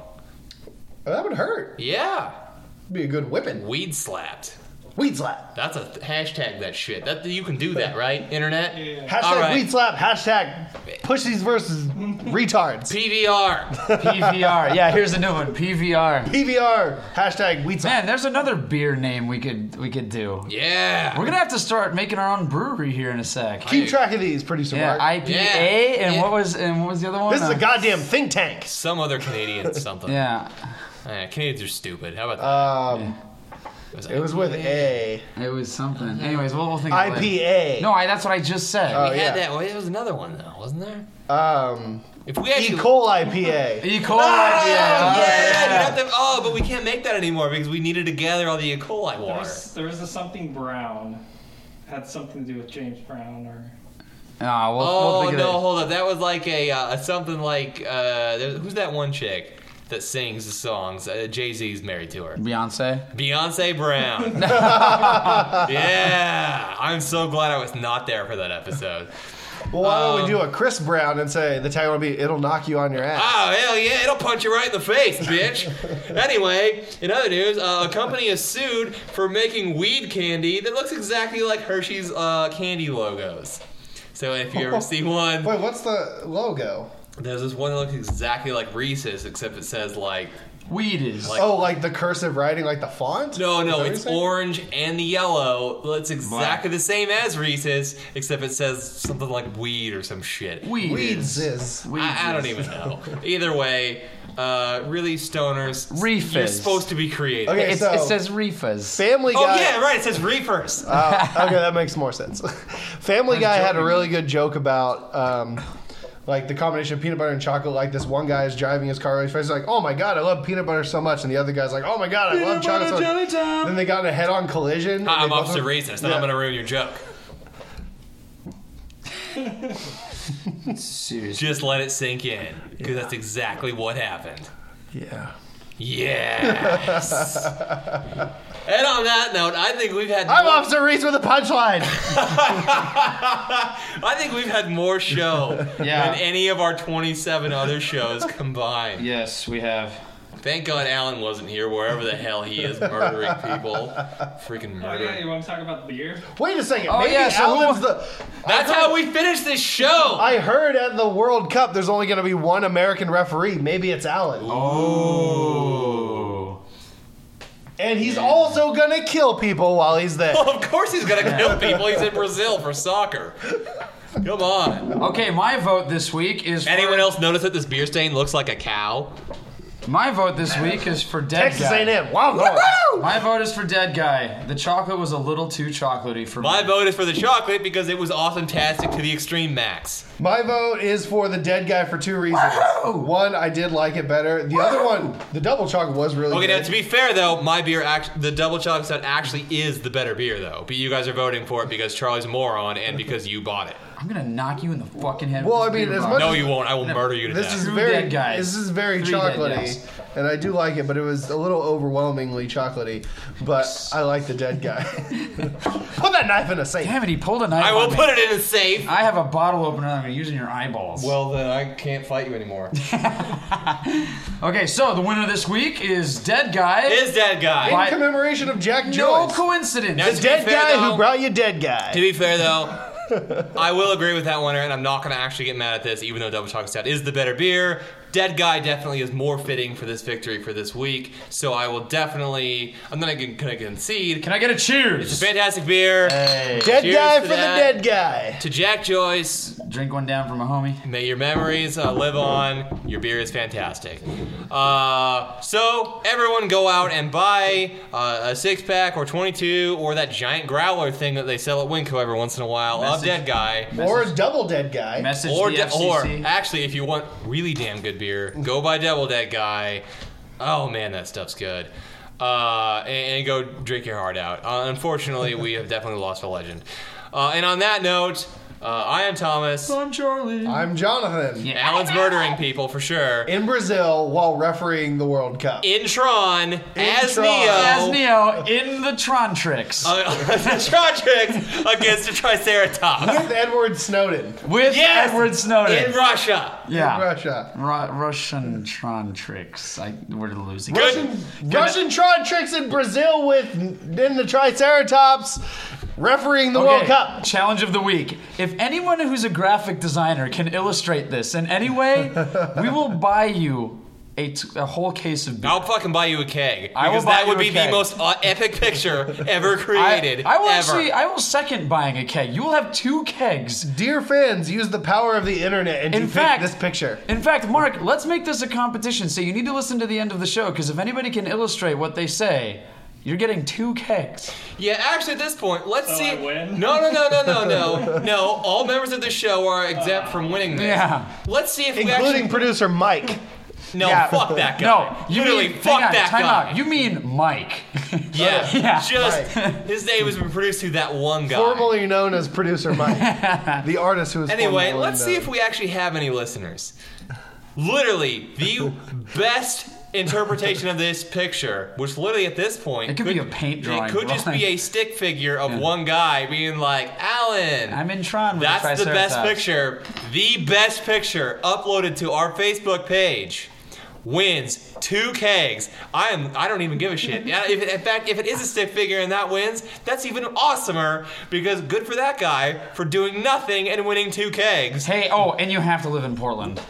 S3: Oh, that would hurt.
S1: Yeah.
S3: Be a good whipping.
S1: Weed slapped.
S3: Weed slap.
S1: That's a th- hashtag. That shit. That you can do that, right? Internet. All
S3: Hashtag
S1: right.
S3: weed slap. Hashtag pussies versus retards.
S1: PVR.
S2: PVR. Yeah, here's the new one. PVR.
S3: PVR. Hashtag weed slap.
S2: Man, there's another beer name we could we could do.
S1: Yeah.
S2: We're gonna have to start making our own brewery here in a sec.
S3: Keep track of these, producer
S2: Yeah,
S3: Mark.
S2: IPA
S1: Yeah.
S2: and
S1: Yeah.
S2: what was and what was the other one?
S3: this is
S2: Uh,
S3: a goddamn think tank.
S1: Some other Canadian something.
S2: Yeah,
S1: Eh, Canadians are stupid. How about that?
S3: Um,
S1: it was,
S3: it was with a
S2: it was something. Anyways, we'll, we'll think. of it later.
S3: IPA.
S2: No, I, that's what I just said.
S1: we
S3: yeah.
S1: had that. Well, there was another one though, wasn't there?
S3: Um,
S1: If we
S3: E.
S1: actually.
S3: coli IPA.
S2: E. coli.
S1: Oh,
S2: yeah.
S1: yeah,
S2: Yeah.
S1: you'd have to- oh, but we can't make that anymore because we needed to gather all the E. coli
S4: There
S1: water.
S4: was, there was a something brown. Had something to do with James Brown or
S2: Ah, we'll, we'll
S1: Oh
S2: think of
S1: no,
S2: it.
S1: hold up. That was like a uh, something like uh, there- who's that one chick that sings the songs? Uh, Jay Z's married to her.
S2: Beyonce.
S1: Beyonce Brown. yeah, I'm so glad I was not there for that episode.
S3: Well, why don't
S1: Um,
S3: we do a Chris Brown and say the tagline will be "It'll knock you on your ass."
S1: Oh hell yeah! It'll punch you right in the face, bitch. anyway, in other news, uh, a company is sued for making weed candy that looks exactly like Hershey's uh, candy logos. So if you ever see one,
S3: Wait, what's the logo?
S1: there's this one that looks exactly like Reese's, except it says like
S2: Weed is.
S1: Like-
S3: Oh, like the cursive writing, like the font?
S1: no,
S3: Is that
S1: no,
S3: what
S1: it's
S3: you're saying?
S1: orange and the yellow. Well, It's exactly the
S2: Black.
S1: same as Reese's, except it says something like weed or some shit.
S2: weed
S3: Weeds
S2: is.
S3: is.
S2: Weed
S1: I, I don't
S2: is.
S1: even know. Either way, uh, really stoners.
S2: Reef
S1: You're
S2: is.
S1: supposed to be creative.
S3: Okay,
S2: It's,
S3: so
S2: it says reefas.
S3: Family
S1: Oh
S3: Guy.
S1: yeah, right. It says reefers.
S3: Oh, okay, that makes more sense. Family Guy had a really good joke about um, like the combination of peanut butter and chocolate. Like this one guy is driving his car, he's like, "Oh my god, I love peanut butter so much," and the other guy's like, "Oh my god, I love chocolate." so much."
S2: butter jelly time.
S3: Then they got in a head-on collision. and
S1: I'm
S3: they both-
S1: Officer Racist, and
S3: Yeah.
S1: I'm gonna ruin your joke.
S2: Seriously.
S1: Just let it sink in, because that's exactly what happened.
S3: Yeah.
S1: Yes. and on that note, I think we've had.
S3: I'm
S1: more-
S3: Officer Reese with a punchline.
S1: I think we've had more show
S2: Yeah.
S1: than any of our 27 other shows combined.
S2: Yes, we have.
S1: Thank God Alan wasn't here, wherever the hell he is, murdering people, freaking
S4: Oh, yeah,
S1: murdering.
S4: you want to talk about beer?
S3: Wait a second.
S2: Oh,
S3: maybe
S2: yeah, so who-
S3: Alan's the.
S1: That's
S3: I
S1: how
S3: heard-
S1: we finish this show.
S3: I heard at the World Cup there's only going to be one American referee. Maybe it's Alan.
S2: Oh.
S3: And he's also going to kill people while he's there.
S2: Oh,
S1: Well, of course he's gonna kill people. He's in Brazil for soccer. Come on.
S2: Okay, my vote this week is. For,
S1: Anyone else notice that this beer stain looks like a cow?
S2: My vote this week is for dead
S3: Texas
S2: guy.
S3: A&M. Wow. Lord.
S2: My vote is for dead guy. The chocolate was a little too chocolatey for
S1: My
S2: me.
S1: vote is for the chocolate because it was awesome-tastic to the extreme max.
S3: My vote is for the dead guy for two reasons. One, I did like it better. The other one, the double chocolate was really
S1: Okay, now
S3: good.
S1: to be fair though, my beer, act- the double chocolate stout actually is the better beer though. But you guys are voting for it because Charlie's a moron and because you bought it.
S2: I'm gonna knock you in the fucking head.
S3: Well,
S2: with
S3: I
S2: this
S3: mean,
S2: beer
S3: as
S2: bottle.
S1: No,
S3: much
S1: you won't. I will murder you to
S3: this
S1: death.
S3: is
S2: Two
S3: very
S2: dead guys.
S3: this is very
S2: Three dead
S3: chocolatey,
S2: guys.
S3: and I do like it, but it was a little overwhelmingly chocolatey. But I like the dead guy. Put that knife in a safe.
S2: Damn it, he pulled a knife.
S1: I will
S2: on me.
S1: put it in a safe.
S2: I have a bottle opener that I'm gonna use in your eyeballs.
S1: then I can't fight you anymore.
S2: okay, so the winner this week is Dead Guy.
S1: Is that guy?
S2: Why-
S3: In commemoration of Jack
S2: no
S3: Joyce.
S2: coincidence.
S1: Now-
S3: The
S1: To be
S3: dead
S1: fair,
S3: guy
S1: though-
S3: who brought you dead
S1: To
S3: guy.
S1: be fair, though, I will agree with that winner, and I'm not going to actually get mad at this, even though Double Chocolate Stout is the better beer. Dead Guy definitely is more fitting for this victory for this week, so I will definitely. I'm not going to concede.
S2: Can I get a cheers?
S1: Fantastic beer.
S3: Dead
S1: Cheers
S3: guy
S1: to
S3: for
S1: that.
S3: the dead guy.
S1: To Jack Joyce,
S2: Drink one down from a homie.
S1: may your memories uh, live on. Your beer is fantastic. Uh, so, everyone go out and buy uh, a six pack or 22 or that giant growler thing that they sell at Winco every once in a while of
S2: Message.
S1: Dead Guy.
S3: Or double dead guy.
S2: Message
S1: or
S2: the
S1: de- or
S2: FCC.
S1: actually, if you want really damn good beer, go buy Devil Dead Guy. Oh man, that stuff's good. Uh, and, and go drink your heart out. Uh, unfortunately, we have definitely lost a legend. Uh, and on that note, uh, I am Thomas.
S2: I'm Charlie.
S3: I'm Jonathan
S2: Yeah.
S1: Alan's murdering people for sure.
S3: in Brazil while refereeing the World Cup.
S1: Intron as
S3: Tron.
S1: Neo.
S2: As Neo in the Tron tricks
S1: uh, Trontrix against the Triceratops
S3: With Edward Snowden
S2: with
S1: yes!
S2: Edward Snowden.
S1: in Russia.
S2: yeah.
S3: in Russia.
S2: Ru- Russian Tron tricks. I, we're losing.
S1: Good.
S3: Russian, Russian Tron tricks in Brazil with in the Triceratops refereeing the World
S2: Okay,
S3: Cup.
S2: Challenge of the week. If anyone who's a graphic designer can illustrate this in any way, we will buy you a, t- a whole case of beer.
S1: I'll fucking buy you a keg.
S2: I will
S1: because
S2: buy
S1: that would
S2: you a
S1: be the
S2: keg.
S1: most uh, epic picture ever created.
S2: I, I will
S1: ever.
S2: actually. I will second buying a keg. You will have two kegs.
S3: Dear fans, use the power of the internet and
S2: In
S3: you pick
S2: fact-
S3: this picture.
S2: In fact, Mark, let's make this a competition. So you need to listen to the end of the show because if anybody can illustrate what they say, you're getting two kegs.
S1: Yeah, actually, at this point, let's
S4: So
S1: see.
S4: I win?
S1: No, no, no, no, no, no, no. All members of the show are exempt from winning this.
S2: Yeah.
S1: Let's see if we
S3: Including
S1: actually.
S3: producer Mike.
S1: No,
S2: Yeah.
S1: fuck that guy.
S2: No, you
S1: Literally,
S2: mean
S1: fuck
S2: hang on,
S1: that
S2: time
S1: guy.
S2: out. You mean Mike?
S1: Yeah,
S2: Yeah.
S1: just his name has been produced to that one guy.
S3: Formerly known as producer Mike, the artist who is.
S1: Anyway,
S3: formerly
S1: let's see
S3: known.
S1: if we actually have any listeners. Literally, the best interpretation of this picture, which literally at this point
S2: It could be a paint drawing,
S1: It could just
S2: Ryan.
S1: be a stick figure of one guy being like, "Alan,
S2: I'm in Tron. With
S1: that's the best
S2: Triceratops.
S1: picture. The best picture uploaded to our Facebook page wins two kegs. I am. I don't even give a shit. Yeah, if it- in fact, if it is a stick figure and that wins, that's even awesomer because good for that guy for doing nothing and winning two kegs.
S2: Hey, oh, and you have to live in Portland.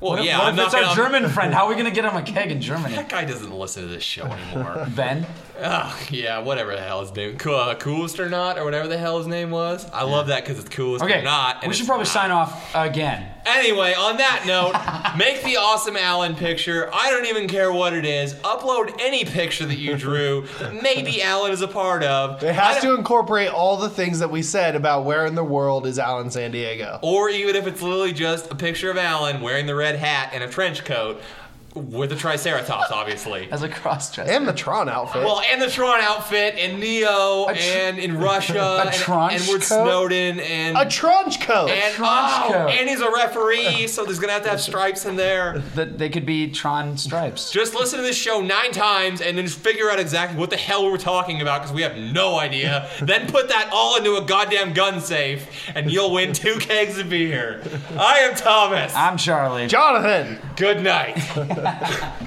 S1: Well,
S2: What if,
S1: yeah,
S2: what
S1: I'm
S2: if
S1: not
S2: it's our
S1: gonna.
S2: German friend? How are we gonna get him a keg in Germany?
S1: that guy doesn't listen to this show anymore.
S2: Ben,
S1: Ugh, yeah, whatever the hell his name, cool, uh, coolest or not, or whatever the hell his name was. I love that because it's coolest
S2: okay,
S1: or not. and
S2: we should
S1: it's
S2: probably
S1: not.
S2: sign off again.
S1: Anyway, on that note, make the awesome Alan picture. I don't even care what it is. Upload any picture that you drew that maybe Alan is a part of.
S3: It
S1: I
S3: has
S1: don't-
S3: to incorporate all the things that we said about where in the world is Alan San Diego.
S1: Or even if it's literally just a picture of Alan wearing the red hat and a trench coat with a triceratops, obviously.
S2: as a cross-dresser.
S3: And the Tron outfit.
S1: Well, and the Tron outfit, and Neo,
S2: tr-
S1: and in Russia, and
S2: trench
S1: Edward
S2: coat?
S1: Snowden, and
S3: a trench coat.
S1: and,
S2: trench
S1: oh,
S2: coat.
S1: and he's a referee, so there's gonna have to have stripes in there.
S2: that they could be Tron stripes.
S1: Just listen to this show nine times and then figure out exactly what the hell we're talking about because we have no idea. then put that all into a goddamn gun safe and you'll win two kegs of beer. I am Thomas.
S2: I'm Charlie.
S3: Jonathan.
S1: Good night.